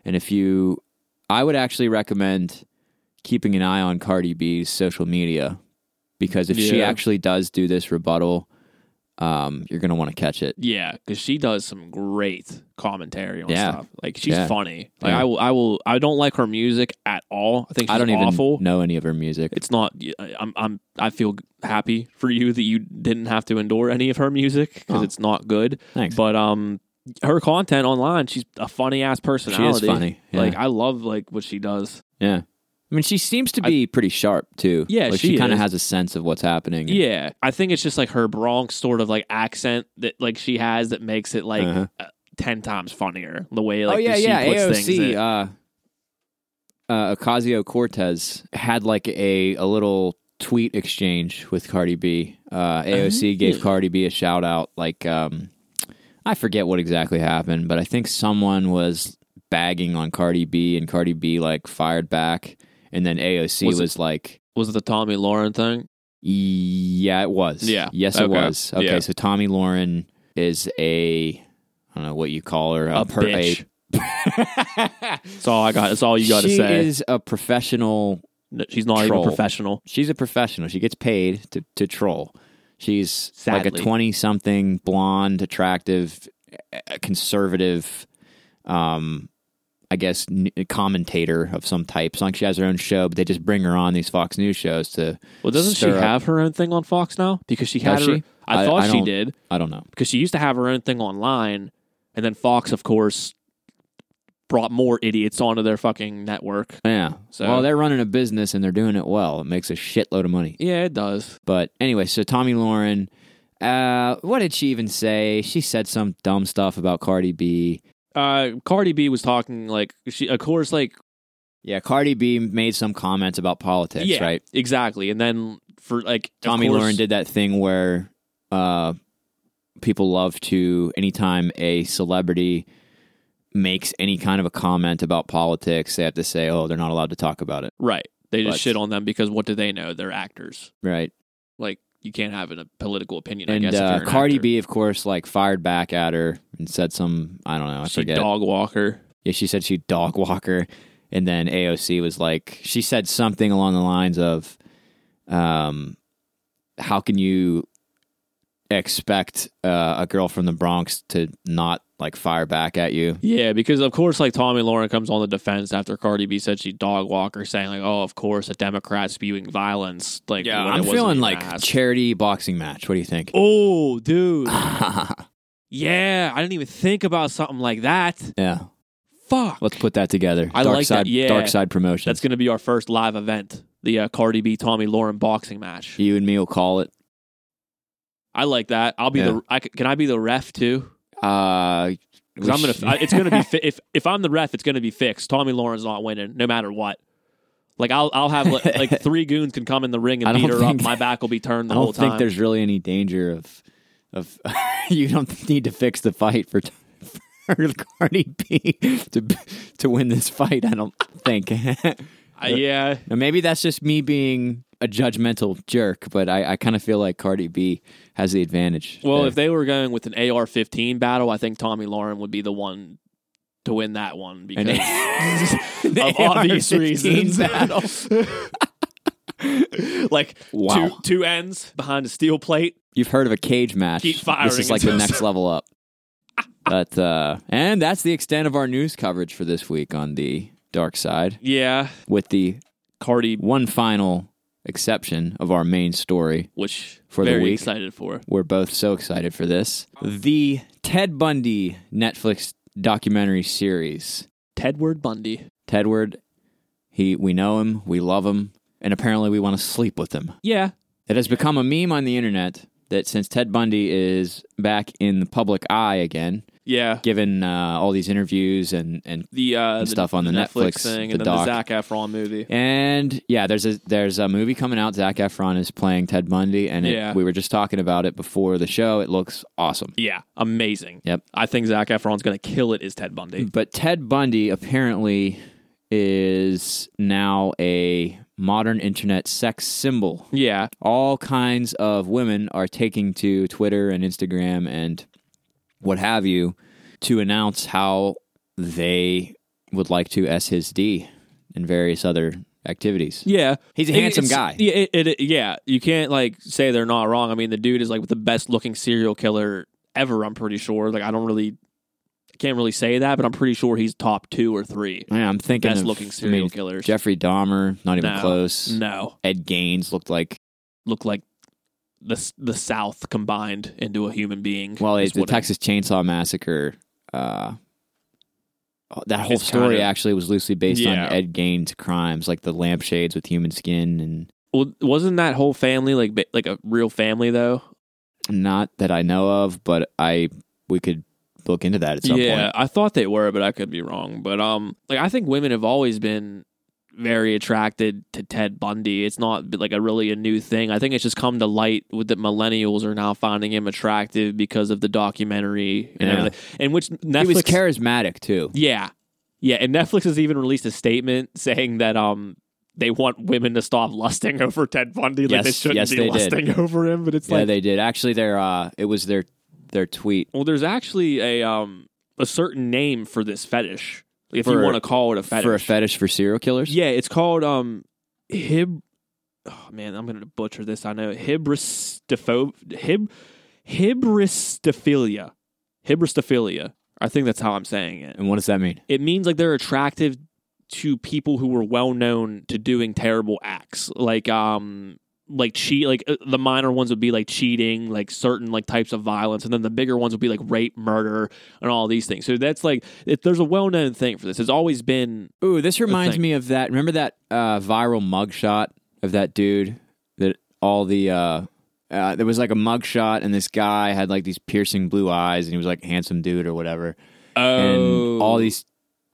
And if you, I would actually recommend keeping an eye on Cardi B's social media because if she Yeah. actually does do this rebuttal, um, you're going to want to catch it. Yeah, because she does some great commentary on Yeah. stuff. Like she's Yeah. funny. Like Yeah. I will, I will, I don't like her music at all. I think she's I don't even awful. know any of her music. It's not. I'm. I'm. I feel happy for you that you didn't have to endure any of her music because Oh. it's not good. Thanks. But um, her content online, she's a funny ass personality. funny, yeah. Like I love like what she does. Yeah. I mean, she seems to I- be pretty sharp too. Yeah, like, she she, kind of is. has a sense of what's happening. Yeah, I think it's just like her Bronx sort of like accent that like she has that makes it like Uh-huh. uh, ten times funnier. The way oh like yeah, that she yeah. puts things. AOC, in. uh, uh, Ocasio Cortez had like a a little tweet exchange with Cardi B. Uh, AOC gave Cardi B a shout out. Like, um, I forget what exactly happened, but I think someone was bagging on Cardi B, and Cardi B like fired back, and then AOC Was was, it- like. was it the Tommy Lauren thing? Yeah, it was. Yeah. Yes, Okay. it was. Okay, Yeah. so Tommy Lauren is a I don't know what you call her a per- bitch. That's all I got. That's all you got to she say. is a professional. No, She's not troll. even professional. She's a professional. She gets paid to to troll. She's like Sadly. a twenty-something blonde, attractive, eh, conservative. Um, I guess n- commentator of some type. It's not Like she has her own show, but they just bring her on these Fox News shows to. Well, doesn't stir she up- have her own thing on Fox now? Because she had Does her. she? I, I- thought I she don't- did I don't know. because she used to have her own thing online, and then Fox, of course, brought more idiots onto their fucking network. Yeah. So- well, they're running a business and they're doing it well. It makes a shitload of money. Yeah, it does. But anyway, so Tommy Lauren, uh, what did she even say? She said some dumb stuff about Cardi B. Uh, Cardi B was talking like she, of course, like Yeah, Cardi B made some comments about politics, yeah, right? exactly. And then for like of Tommy course- Lauren did that thing where uh, people love to, anytime a celebrity makes any kind of a comment about politics, they have to say, oh, they're not allowed to talk about it, right. They just But- shit on them because what do they know? They're actors. right? Like you can't have a political opinion. I and guess if uh, you're an Cardi actor. B, of course, like fired back at her and said some, I don't know, I She forget. dog walker. Yeah, she said she dog walk her, and then AOC was like, she said something along the lines of, um, "How can you expect uh, a girl from the Bronx to not like fire back at you?" Yeah, because of course, like Tommy Lauren comes on the defense after Cardi B said she dog walker, saying like, "Oh, of course, a Democrat spewing violence." Like, when I'm it wasn't feeling even like asked. charity boxing match. What do you think? oh, dude, Oh. yeah, I didn't even think about something like that. yeah, Fuck, let's put that together. I dark like that, side, yeah. dark side promotion. that's gonna be our first live event, the uh, Cardi B Tommy Lauren boxing match. you and me will call it. I like that. I'll be Yeah. the. I c can I be the ref too? Uh, 'Cause I'm gonna. I- it's gonna be fi- if if I'm the ref, it's gonna be fixed. Tommy Lauren's not winning, no matter what. Like I'll I'll have like, like three goons can come in the ring I and beat don't her up. think- My back will be turned the I don't whole time. think there's really any danger of of you don't need to fix the fight for for Cardi B to to win this fight. I don't think. now, Uh, yeah, maybe that's just me being a judgmental jerk, but I, I kind of feel like Cardi B has the advantage. Well, there. if they were going with an AR-15 battle, I think Tommy Lauren would be the one to win that one because And The of obvious AR-15 reasons. battle. like Wow. two two ends behind a steel plate. You've heard of a cage match. Keep firing This is like the until- next level up. But uh, and that's the extent of our news coverage for this week on the dark side. Yeah, With the Cardi, one final exception of our main story. which For the very week. excited for. We're both so excited for this. The Ted Bundy Netflix documentary series. Tedward Bundy. Tedward, he we know him, we love him, and apparently we want to sleep with him. Yeah, It has become a meme on the internet that since Ted Bundy is back in the public eye again, Yeah. given uh, all these interviews and and The, uh, the stuff on the Netflix, thing the and then the doc. Zach Efron movie. and yeah, there's a there's a movie coming out. Zach Efron is playing Ted Bundy, and it, Yeah. we were just talking about it before the show. It looks awesome. Yeah, amazing. Yep. I think Zach Efron's going to kill it as Ted Bundy. But Ted Bundy apparently is now a modern internet sex symbol. Yeah. all kinds of women are taking to Twitter and Instagram and what have you to announce how they would like to S his D and various other activities. Yeah. He's a handsome guy. Yeah, it, it, yeah, you can't like say they're not wrong. I mean, the dude is like the best looking serial killer ever, I'm pretty sure. Like I don't really I can't really say that, but I'm pretty sure he's top 2 or 3 Yeah, I'm thinking best of, I looking mean, serial killers. Jeffrey Dahmer, not even No. close. no. Ed Gaines looked like Look like the s- the south combined into a human being. well, is it's the what it- Texas Chainsaw Massacre. Uh, oh, that whole It's story kinda- actually was loosely based Yeah. on Ed Gaines' crimes, like the lampshades with human skin, and Well, wasn't that whole family like ba- like a real family though? not that I know of, but I we could look into that at some yeah, point. I thought they were, but I could be wrong. But um, like I think women have always been very attracted to Ted Bundy. It's not like a really a new thing. I think it's just come to light with that millennials are now finding him attractive because of the documentary and Yeah. everything. And which Netflix, He was charismatic too. yeah, yeah, and Netflix has even released a statement saying that um. They want women to stop lusting over Ted Bundy, like they Yes, shouldn't yes, be they did. lusting over him. But it's Yeah, like, they did. Actually, their uh, it was their their tweet. well, there's actually a um a certain name for this fetish, if you For- want to call it a fetish. for a fetish for serial killers. Yeah, it's called um Hib Oh man, I'm gonna butcher this. I know Hibristopho Hib Hibristophilia. Hibristophilia. I think that's how I'm saying it. And what does that mean? It means like they're attractive to people who were well known to doing terrible acts. Like um like cheat like uh, the minor ones would be like cheating like certain like types of violence and then the bigger ones would be like rape murder and all these things so that's like it, there's a well-known thing for this it's always been Ooh, this reminds thing. me of that. Remember that uh, viral mugshot of that dude that all the uh, uh, there was like a mugshot, and this guy had like these piercing blue eyes, and he was like handsome dude or whatever. And Oh. all these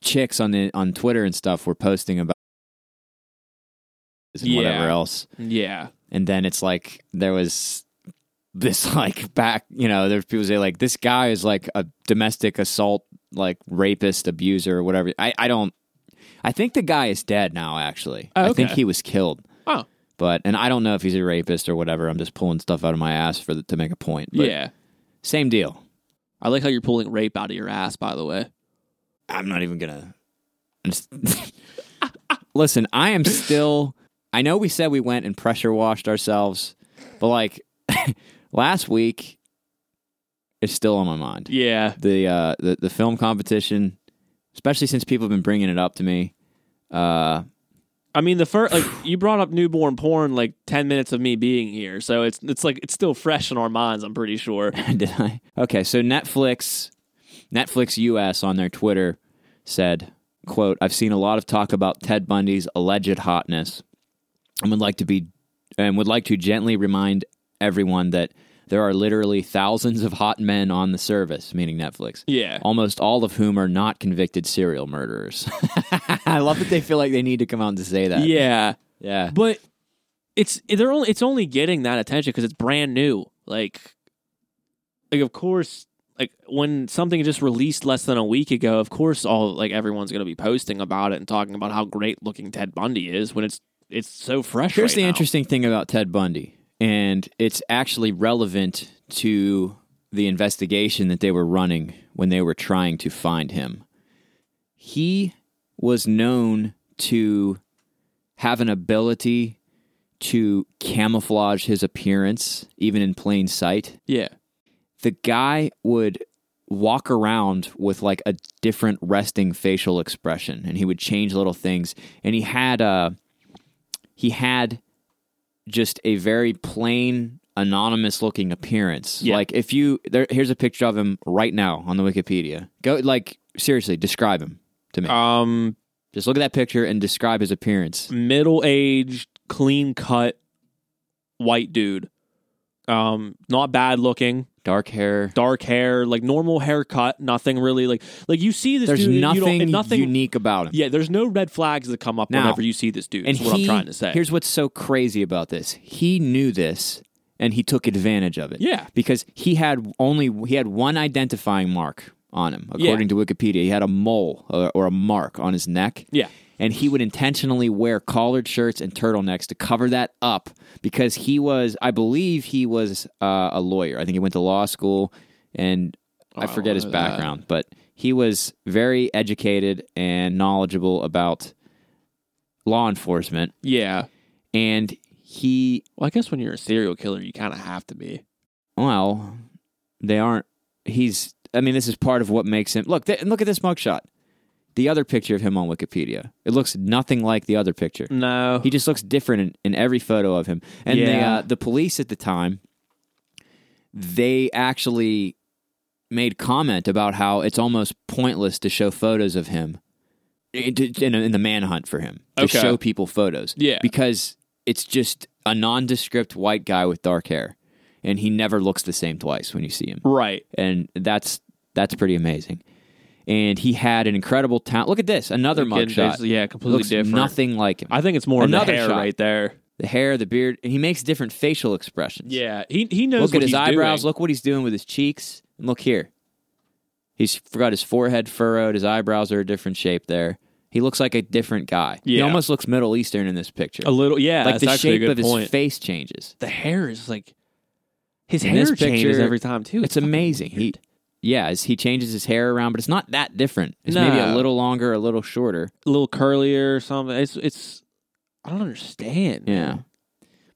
chicks on the on Twitter and stuff were posting about and whatever Yeah. else. yeah And then it's like there was this like back, you know, there's people say like this guy is like a domestic assault, like rapist, abuser, or whatever. I, I don't. I think the guy is dead now. Actually, Oh, I think okay. he was killed. Oh. but and I don't know if he's a rapist or whatever. I'm just pulling stuff out of my ass for the, to make a point. But yeah. same deal. I like how you're pulling rape out of your ass, by the way. I'm not even gonna. I'm just- Listen, I am still. I know we said we went and pressure washed ourselves, but like last week, it's still on my mind. Yeah. The uh, the the film competition, especially since people have been bringing it up to me. Uh, I mean, the first, like, you brought up newborn porn like 10 minutes of me being here. So it's, it's like, it's still fresh in our minds, I'm pretty sure. did I? Okay, so Netflix, Netflix US on their Twitter said, "quote I've seen a lot of talk about Ted Bundy's alleged hotness, and would like to be, and would like to gently remind everyone that there are literally thousands of hot men on the service, meaning Netflix." Yeah. Almost all of whom are not convicted serial murderers. I love that they feel like they need to come out and say that. Yeah. yeah. But it's, they're only, it's only getting that attention because it's brand new. Like, like, of course, like when something just released less than a week ago, of course, all like everyone's going to be posting about it and talking about how great looking Ted Bundy is when it's, it's so fresh. Here's right the now. interesting thing about Ted Bundy, and it's actually relevant to the investigation that they were running when they were trying to find him. He was known to have an ability to camouflage his appearance, even in plain sight Yeah. the guy would walk around with like a different resting facial expression and he would change little things and he had uh he had just a very plain anonymous looking appearance Yeah. like if you there here's a picture of him right now on the wikipedia go like seriously describe him to me Um, just look at that picture and describe his appearance middle aged, clean cut white dude. Um, not bad looking. Dark hair. dark hair, like normal haircut, nothing really like like you see this There's dude. and you don't- nothing, and nothing unique about him. Yeah, there's no red flags that come up Now, whenever you see this dude. and is what he- I'm trying to say. Here's what's so crazy about this. He knew this and he took advantage of it. Yeah. Because he had only he had one identifying mark on him, Yeah. according to Wikipedia. He had a mole uh, or, or a mark on his neck. Yeah. And he would intentionally wear collared shirts and turtlenecks to cover that up because he was, I believe, he was uh, a lawyer. I think he went to law school, and I I forget his wanna know that. background, but he was very educated and knowledgeable about law enforcement yeah. and he Well, I guess when you're a serial killer, you kind of have to be. well they aren't he's i mean this is part of what makes him look th- look at this mugshot the other picture of him on wikipedia it looks nothing like the other picture No. he just looks different in, in every photo of him and the, Yeah. uh, the police at the time they actually made comment about how it's almost pointless to show photos of him in, in, in the manhunt for him to Okay. show people photos Yeah. because it's just a nondescript white guy with dark hair and he never looks the same twice when you see him right. and that's that's pretty amazing and he had an incredible talent look at this another Again, mugshot it's- Yeah, completely looks different. nothing like him I think it's more of the Another hair shot. right there. the hair, the beard, and he makes different facial expressions. Yeah, he he knows look at what his he's eyebrows. doing. Look what he's doing with his cheeks, and look here. He's got his forehead furrowed. His eyebrows are a different shape there. He looks like a different guy. He Yeah. almost looks Middle Eastern in this picture. a little. Yeah, like that's the actually a shape good of his point. face changes. the hair is like his In hair this changes picture, every time too. It's amazing. He, yeah, as he changes his hair around, but it's not that different. It's maybe a No. little longer, a little shorter. a little curlier or something. It's it's I don't understand. Yeah.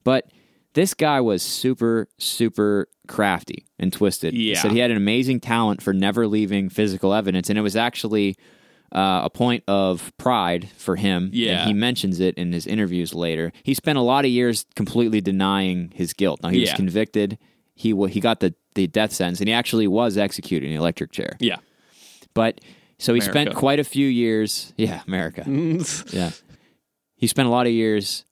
But this guy was super, super crafty and twisted. He Yeah. said he had an amazing talent for never leaving physical evidence. And it was actually uh, a point of pride for him. Yeah. And he mentions it in his interviews later. He spent a lot of years completely denying his guilt. Now, he was Yeah. convicted. He, wa he got the, the death sentence, and he actually was executed in the electric chair. Yeah. But so he spent America. quite a few years. Yeah, America. Yeah. He spent a lot of years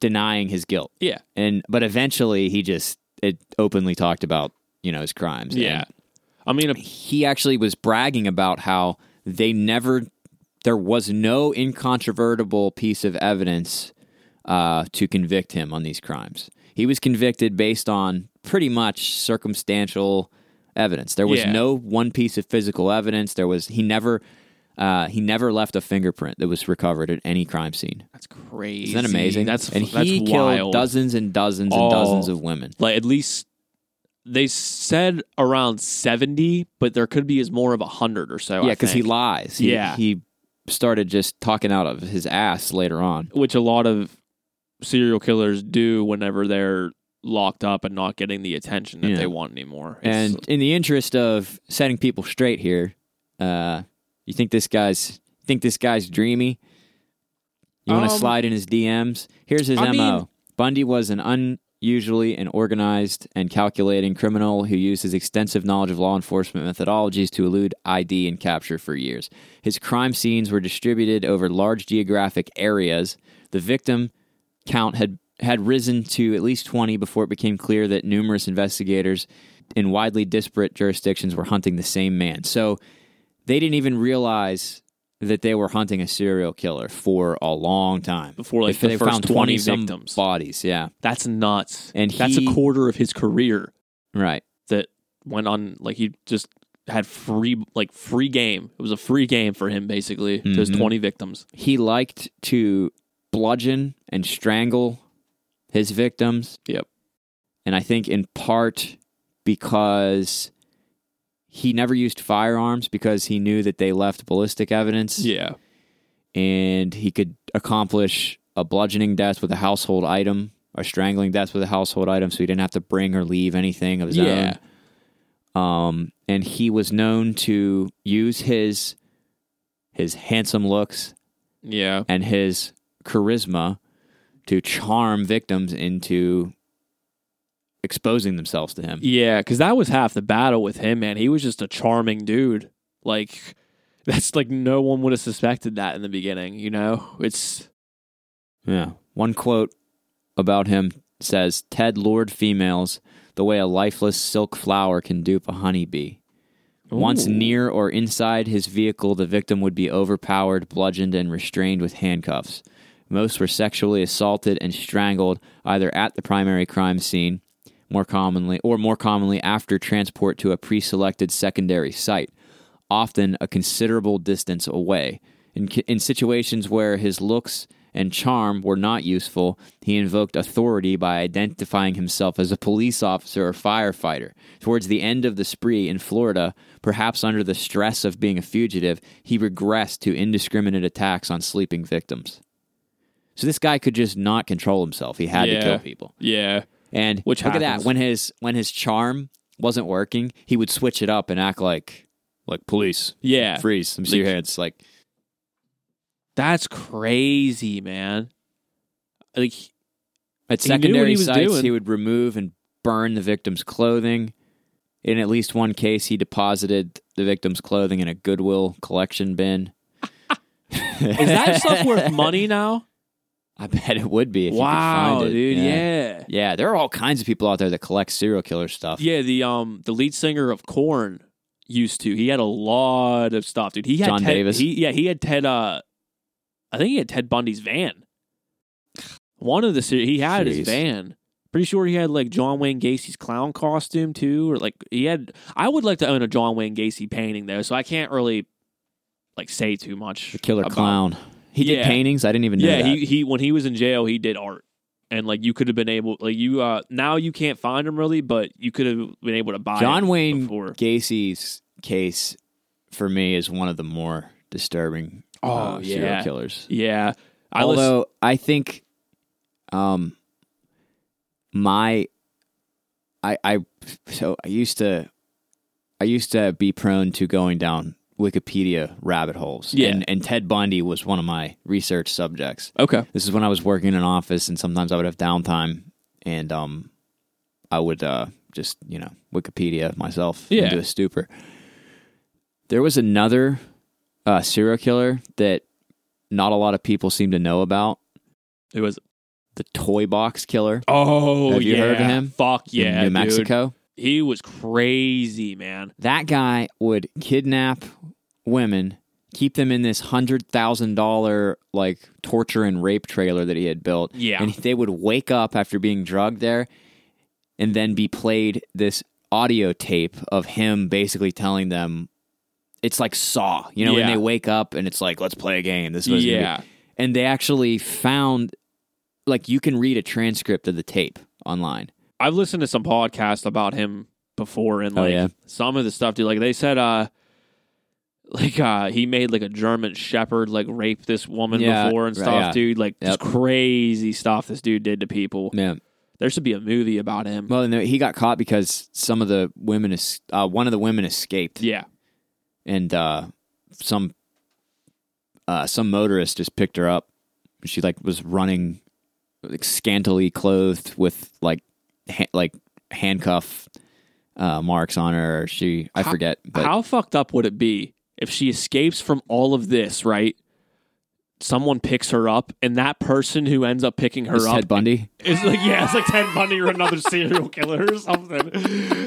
denying his guilt. Yeah. And but eventually he just it openly talked about, you know, his crimes. Yeah. And I mean, a- he actually was bragging about how they never there was no incontrovertible piece of evidence uh, to convict him on these crimes. He was convicted based on pretty much circumstantial evidence. There was Yeah. no one piece of physical evidence. There was he never uh, he never left a fingerprint that was recovered at any crime scene. that's crazy. Isn't that amazing? That's and that's he killed wild. dozens and dozens and Oh. dozens of women. like at least they said around seventy, but there could be as more of hundred or so. yeah, because because he lies. He, Yeah. he started just talking out of his ass later on. which a lot of serial killers do whenever they're locked up and not getting the attention that Yeah. they want anymore. It's- And in the interest of setting people straight here, uh, you think this guy's think this guy's dreamy? You want to Um, slide in his DMs? Here's his I mo. mean- Bundy was an unusually and organized and calculating criminal who used his extensive knowledge of law enforcement methodologies to elude ID and capture for years. His crime scenes were distributed over large geographic areas. The victim count had had risen to at least 20 before it became clear that numerous investigators in widely disparate jurisdictions were hunting the same man. So they didn't even realize that they were hunting a serial killer for a long time Before, like, If the they first found 20 some victims. bodies. Yeah, that's nuts. And that's he- a quarter of his career right. that went on. Like he just had free, like free game. It was a free game for him basically. Those Mhm. twenty victims. He liked to bludgeon and strangle his victims. Yep. And I think in part because he never used firearms because he knew that they left ballistic evidence. Yeah. and he could accomplish a bludgeoning death with a household item or strangling death with a household item so he didn't have to bring or leave anything of his Yeah. own um and he was known to use his his handsome looks Yeah. and his charisma to charm victims into exposing themselves to him Yeah, because that was half the battle with him, man. He was just a charming dude. Like, that's like no one would have suspected that in the beginning, you know? It's, Yeah. One quote about him says Ted lured females the way a lifeless silk flower can dupe a honeybee. Once Ooh. near or inside his vehicle, the victim would be overpowered, bludgeoned, and restrained with handcuffs. Most were sexually assaulted and strangled either at the primary crime scene, more commonly, or more commonly after transport to a pre-selected secondary site, often a considerable distance away. In, ki- in situations where his looks and charm were not useful, he invoked authority by identifying himself as a police officer or firefighter. Towards the end of the spree in Florida, perhaps under the stress of being a fugitive, he regressed to indiscriminate attacks on sleeping victims. So this guy could just not control himself. He had Yeah. to kill people. Yeah. And Which look at happens. that when his when his charm wasn't working, he would switch it up and act like like police. Yeah. Freeze. Let me see your hands. Like That's crazy, man. Like At He knew what secondary he was sites, doing. he would remove and burn the victim's clothing. In at least one case, he deposited the victim's clothing in a Goodwill collection bin. is that stuff worth money now? I bet it would be. If you could wow, find it. dude. Yeah. yeah, yeah. Yeah, there are all kinds of people out there that collect serial killer stuff. the um the lead singer of Korn used to. He had a lot of stuff, dude. He had John Ted, Davis? He, yeah, he had Ted uh I think he had Ted Bundy's van. One of the series he had Jeez. his van. Pretty sure he had like John Wayne Gacy's clown costume too, or like he had I would like to own a John Wayne Gacy painting though, so I can't really like say too much. the killer about- clown. He did Yeah. paintings. I didn't even know yeah, that. he he when he was in jail, he did art, and like you could have been able like you uh now you can't find him really, but you could have been able to buy John him Wayne Before. Gacy's case for me is one of the more disturbing uh, serial killers. Oh, yeah. I Although I think, um, my, I I so I used to, I used to be prone to going down Wikipedia rabbit holes. Yeah. and, and Ted Bundy was one of my research subjects. listen, okay, This is when I was working in an office, and sometimes I would have downtime, and um, I would uh, just you know Wikipedia myself Yeah. into a stupor. There was another uh, serial killer that not a lot of people seem to know about, it was the Toy Box Killer oh Have you yeah, heard of him? Fuck in yeah, New dude. Mexico. He was crazy, man. That guy would kidnap women, keep them in this hundred thousand dollar like torture and rape trailer that he had built. Yeah. and they would wake up after being drugged there, and then be played this audio tape of him basically telling them, "It's like Saw." You know, when Yeah. they wake up and it's like, "Let's play a game." This was Yeah, and they actually found like you can read a transcript of the tape online. I've listened to some podcasts about him before, and Oh, like yeah? some of the stuff, dude. Like they said, uh, like uh, he made like a German Shepherd like rape this woman Yeah, before and right, stuff, yeah. dude. Like Yep. Mm. just crazy stuff this dude did to people. Yeah. There should be a movie about him. Well, and there- he got caught because some of the women, es- uh, one of the women escaped, yeah, and uh, some uh, some motorist just picked her up. She like was running, like scantily clothed, with like ha- like handcuff uh, marks on her. She I How- forget, but how fucked up would it be if she escapes from all of this, right? Someone picks her up, and that person who ends up picking her it's up Ted Bundy. It's like yeah, it's like Ted Bundy or another serial killer or something.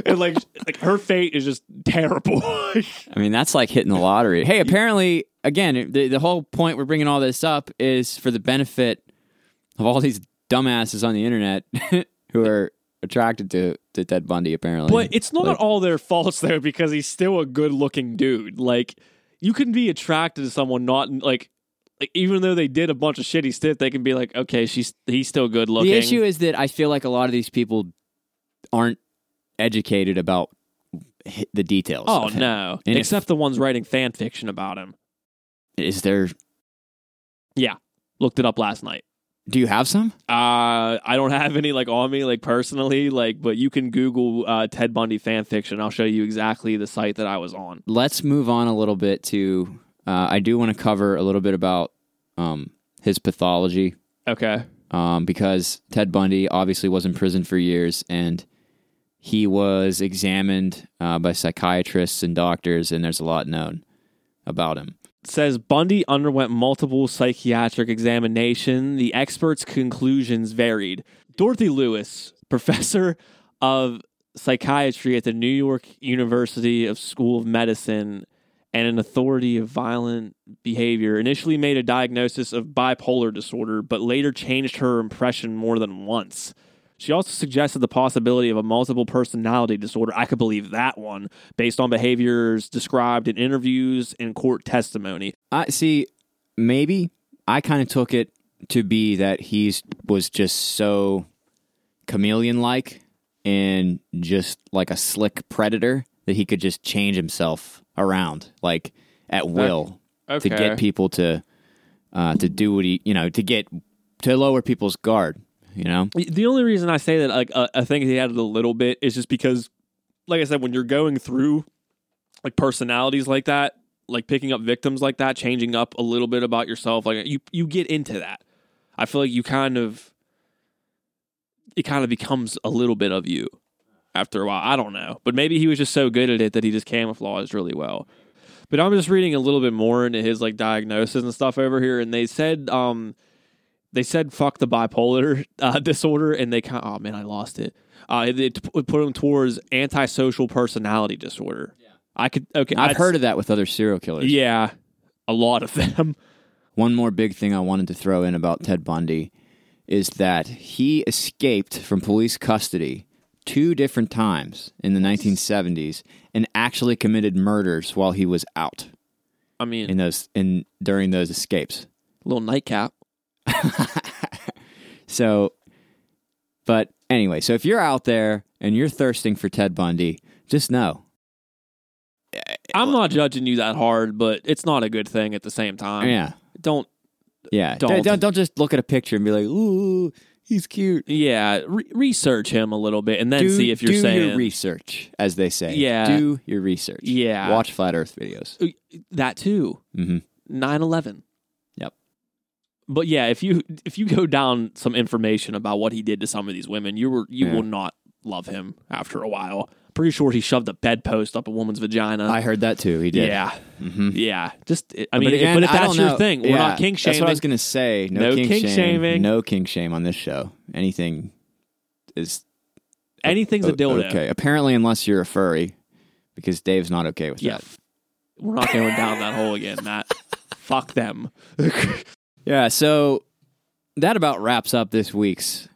And like like her fate is just terrible. I mean, that's like hitting the lottery. Hey, apparently, again, the, the whole point we're bringing all this up is for the benefit of all these dumbasses on the internet who are attracted to, to Ted Bundy, apparently. but it's not Like- all their faults though, because he's still a good looking dude. Like you can be attracted to someone not like like even though they did a bunch of shitty stuff, they can be like, okay, she's he's still good looking. the issue is that I feel like a lot of these people aren't educated about hi- the details. Oh of him. no! And if- Except the ones writing fan fiction about him. Is there, Looked it up last night. do you have some? Uh, I don't have any like on me, like personally, like, but you can Google uh, Ted Bundy fan fiction. I'll show you exactly the site that I was on. Let's move on a little bit to, uh, I do want to cover a little bit about um, his pathology. Okay. um, because Ted Bundy obviously was in prison for years and he was examined uh, by psychiatrists and doctors, and there's a lot known about him. says Bundy underwent multiple psychiatric examination. The experts' conclusions varied. Dorothy Lewis, professor of psychiatry at the New York University of School of Medicine and an authority of violent behavior, initially made a diagnosis of bipolar disorder, but later changed her impression more than once. She also suggested the possibility of a multiple personality disorder. I could believe that one, based on behaviors described in interviews and court testimony. I see. Maybe I kind of took it to be that he's was just so chameleon like and just like a slick predator that he could just change himself around like at will to okay. get people to uh, to do what he you know to get to lower people's guard. You know, The only reason I say that, like, uh, I think he added a little bit is just because, like I said, when you're going through like personalities like that, like picking up victims like that, changing up a little bit about yourself, like you you get into that. I feel like you kind of it kind of becomes a little bit of you after a while. I don't know, but maybe he was just so good at it that he just camouflaged really well. But I'm just reading a little bit more into his like diagnosis and stuff over here, and they said um they said fuck the bipolar uh, disorder and they kind oh man i lost it uh it, it p- put them towards antisocial personality disorder i could okay I've I'd- heard of that with other serial killers. yeah a lot of them One more big thing I wanted to throw in about Ted Bundy is that he escaped from police custody two different times in the 1970s and actually committed murders while he was out i mean in those in during those escapes. little nightcap So but anyway, so if you're out there and you're thirsting for Ted Bundy, just know. i'm not judging you that hard but it's not a good thing at the same time yeah. don't Yeah. don't. don't don't just look at a picture and be like, "Ooh, he's cute." yeah re- research him a little bit and then do, see if you're do saying your research, as they say. Yeah. do your research. Yeah. Mm-hmm. watch flat Earth videos. that too hmm 9-11 Yep. but yeah if you if you go down some information about what he did to some of these women you were you Yeah. will not love him after a while pretty sure he shoved a bedpost up a woman's vagina I heard that too. He did. yeah Mhm. yeah just i mean but, if- again, but if I that's don't your know. thing we're Yeah, not king That's what I shaming was gonna say. No, No kink, kink shame, shaming. No kink shame on this show. Anything is anything's a o- dildo Okay. Apparently, unless you're a furry, because Dave's not okay with yeah that. f- we're not going down that hole again matt fuck them Yeah. So that about wraps up this week's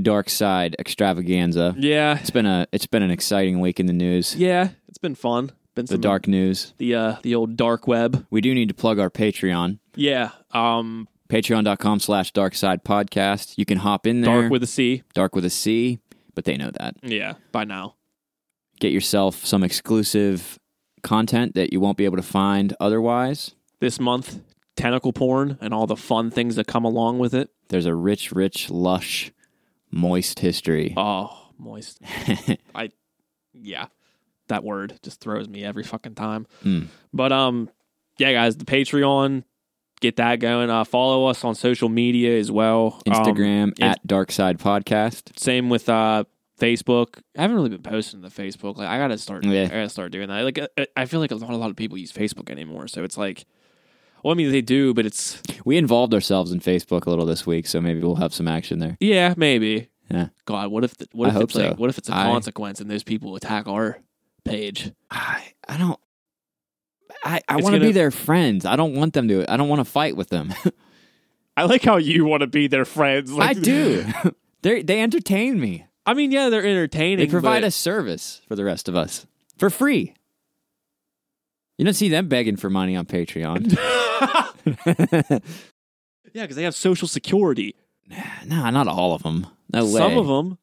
Dark Side Extravaganza. yeah It's been a it's been an exciting week in the news. yeah it's been fun been The some dark news. the uh the old dark web We do need to plug our Patreon. yeah um patreon.com slash dark side podcast you can hop in there dark with a c dark with a c but they know that yeah by now get yourself some exclusive content that you won't be able to find otherwise this month tentacle porn and all the fun things that come along with it there's a rich rich lush moist history oh moist i yeah that word just throws me every fucking time Mm. but um yeah guys the patreon get that going uh follow us on social media as well Um, instagram in- at dark side podcast same with uh facebook i haven't really been posting to facebook like i gotta start Yeah. i gotta start doing that like I- i feel like a lot, a lot of people use facebook anymore so it's like well i mean they do but it's we involved ourselves in facebook a little this week so maybe we'll have some action there yeah maybe yeah God, what if the, what I if hope it's like so. what if it's a I- consequence and those people attack our page? i, I don't i, I It's want to gonna- be their friends i don't want them to i don't want to fight with them I like how you want to be their friends. i do they they entertain me I mean, yeah, they're entertaining. They provide but- a service for the rest of us for free. You don't see them begging for money on Patreon. yeah, because they have social security. nah, not all of them. No way. Some of them.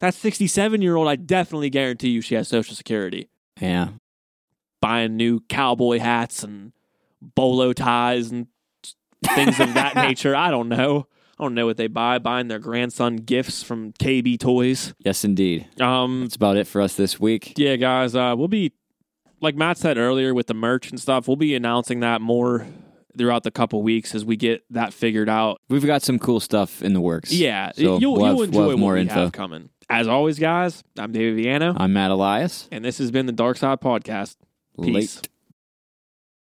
That sixty-seven-year-old, I definitely guarantee you, she has social security. Yeah. Buying new cowboy hats and bolo ties and things of that nature. I don't know. I don't know what they buy. Buying their grandson gifts from KB Toys. Yes, indeed. Um, That's about it for us this week. yeah guys uh we'll be like matt said earlier with the merch and stuff we'll be announcing that more throughout the couple weeks as we get that figured out We've got some cool stuff in the works. yeah So you'll, we'll have- you'll we'll enjoy have what more we info. have coming as always guys i'm david viano I'm Matt Elias. and this has been the dark side podcast Peace. Late.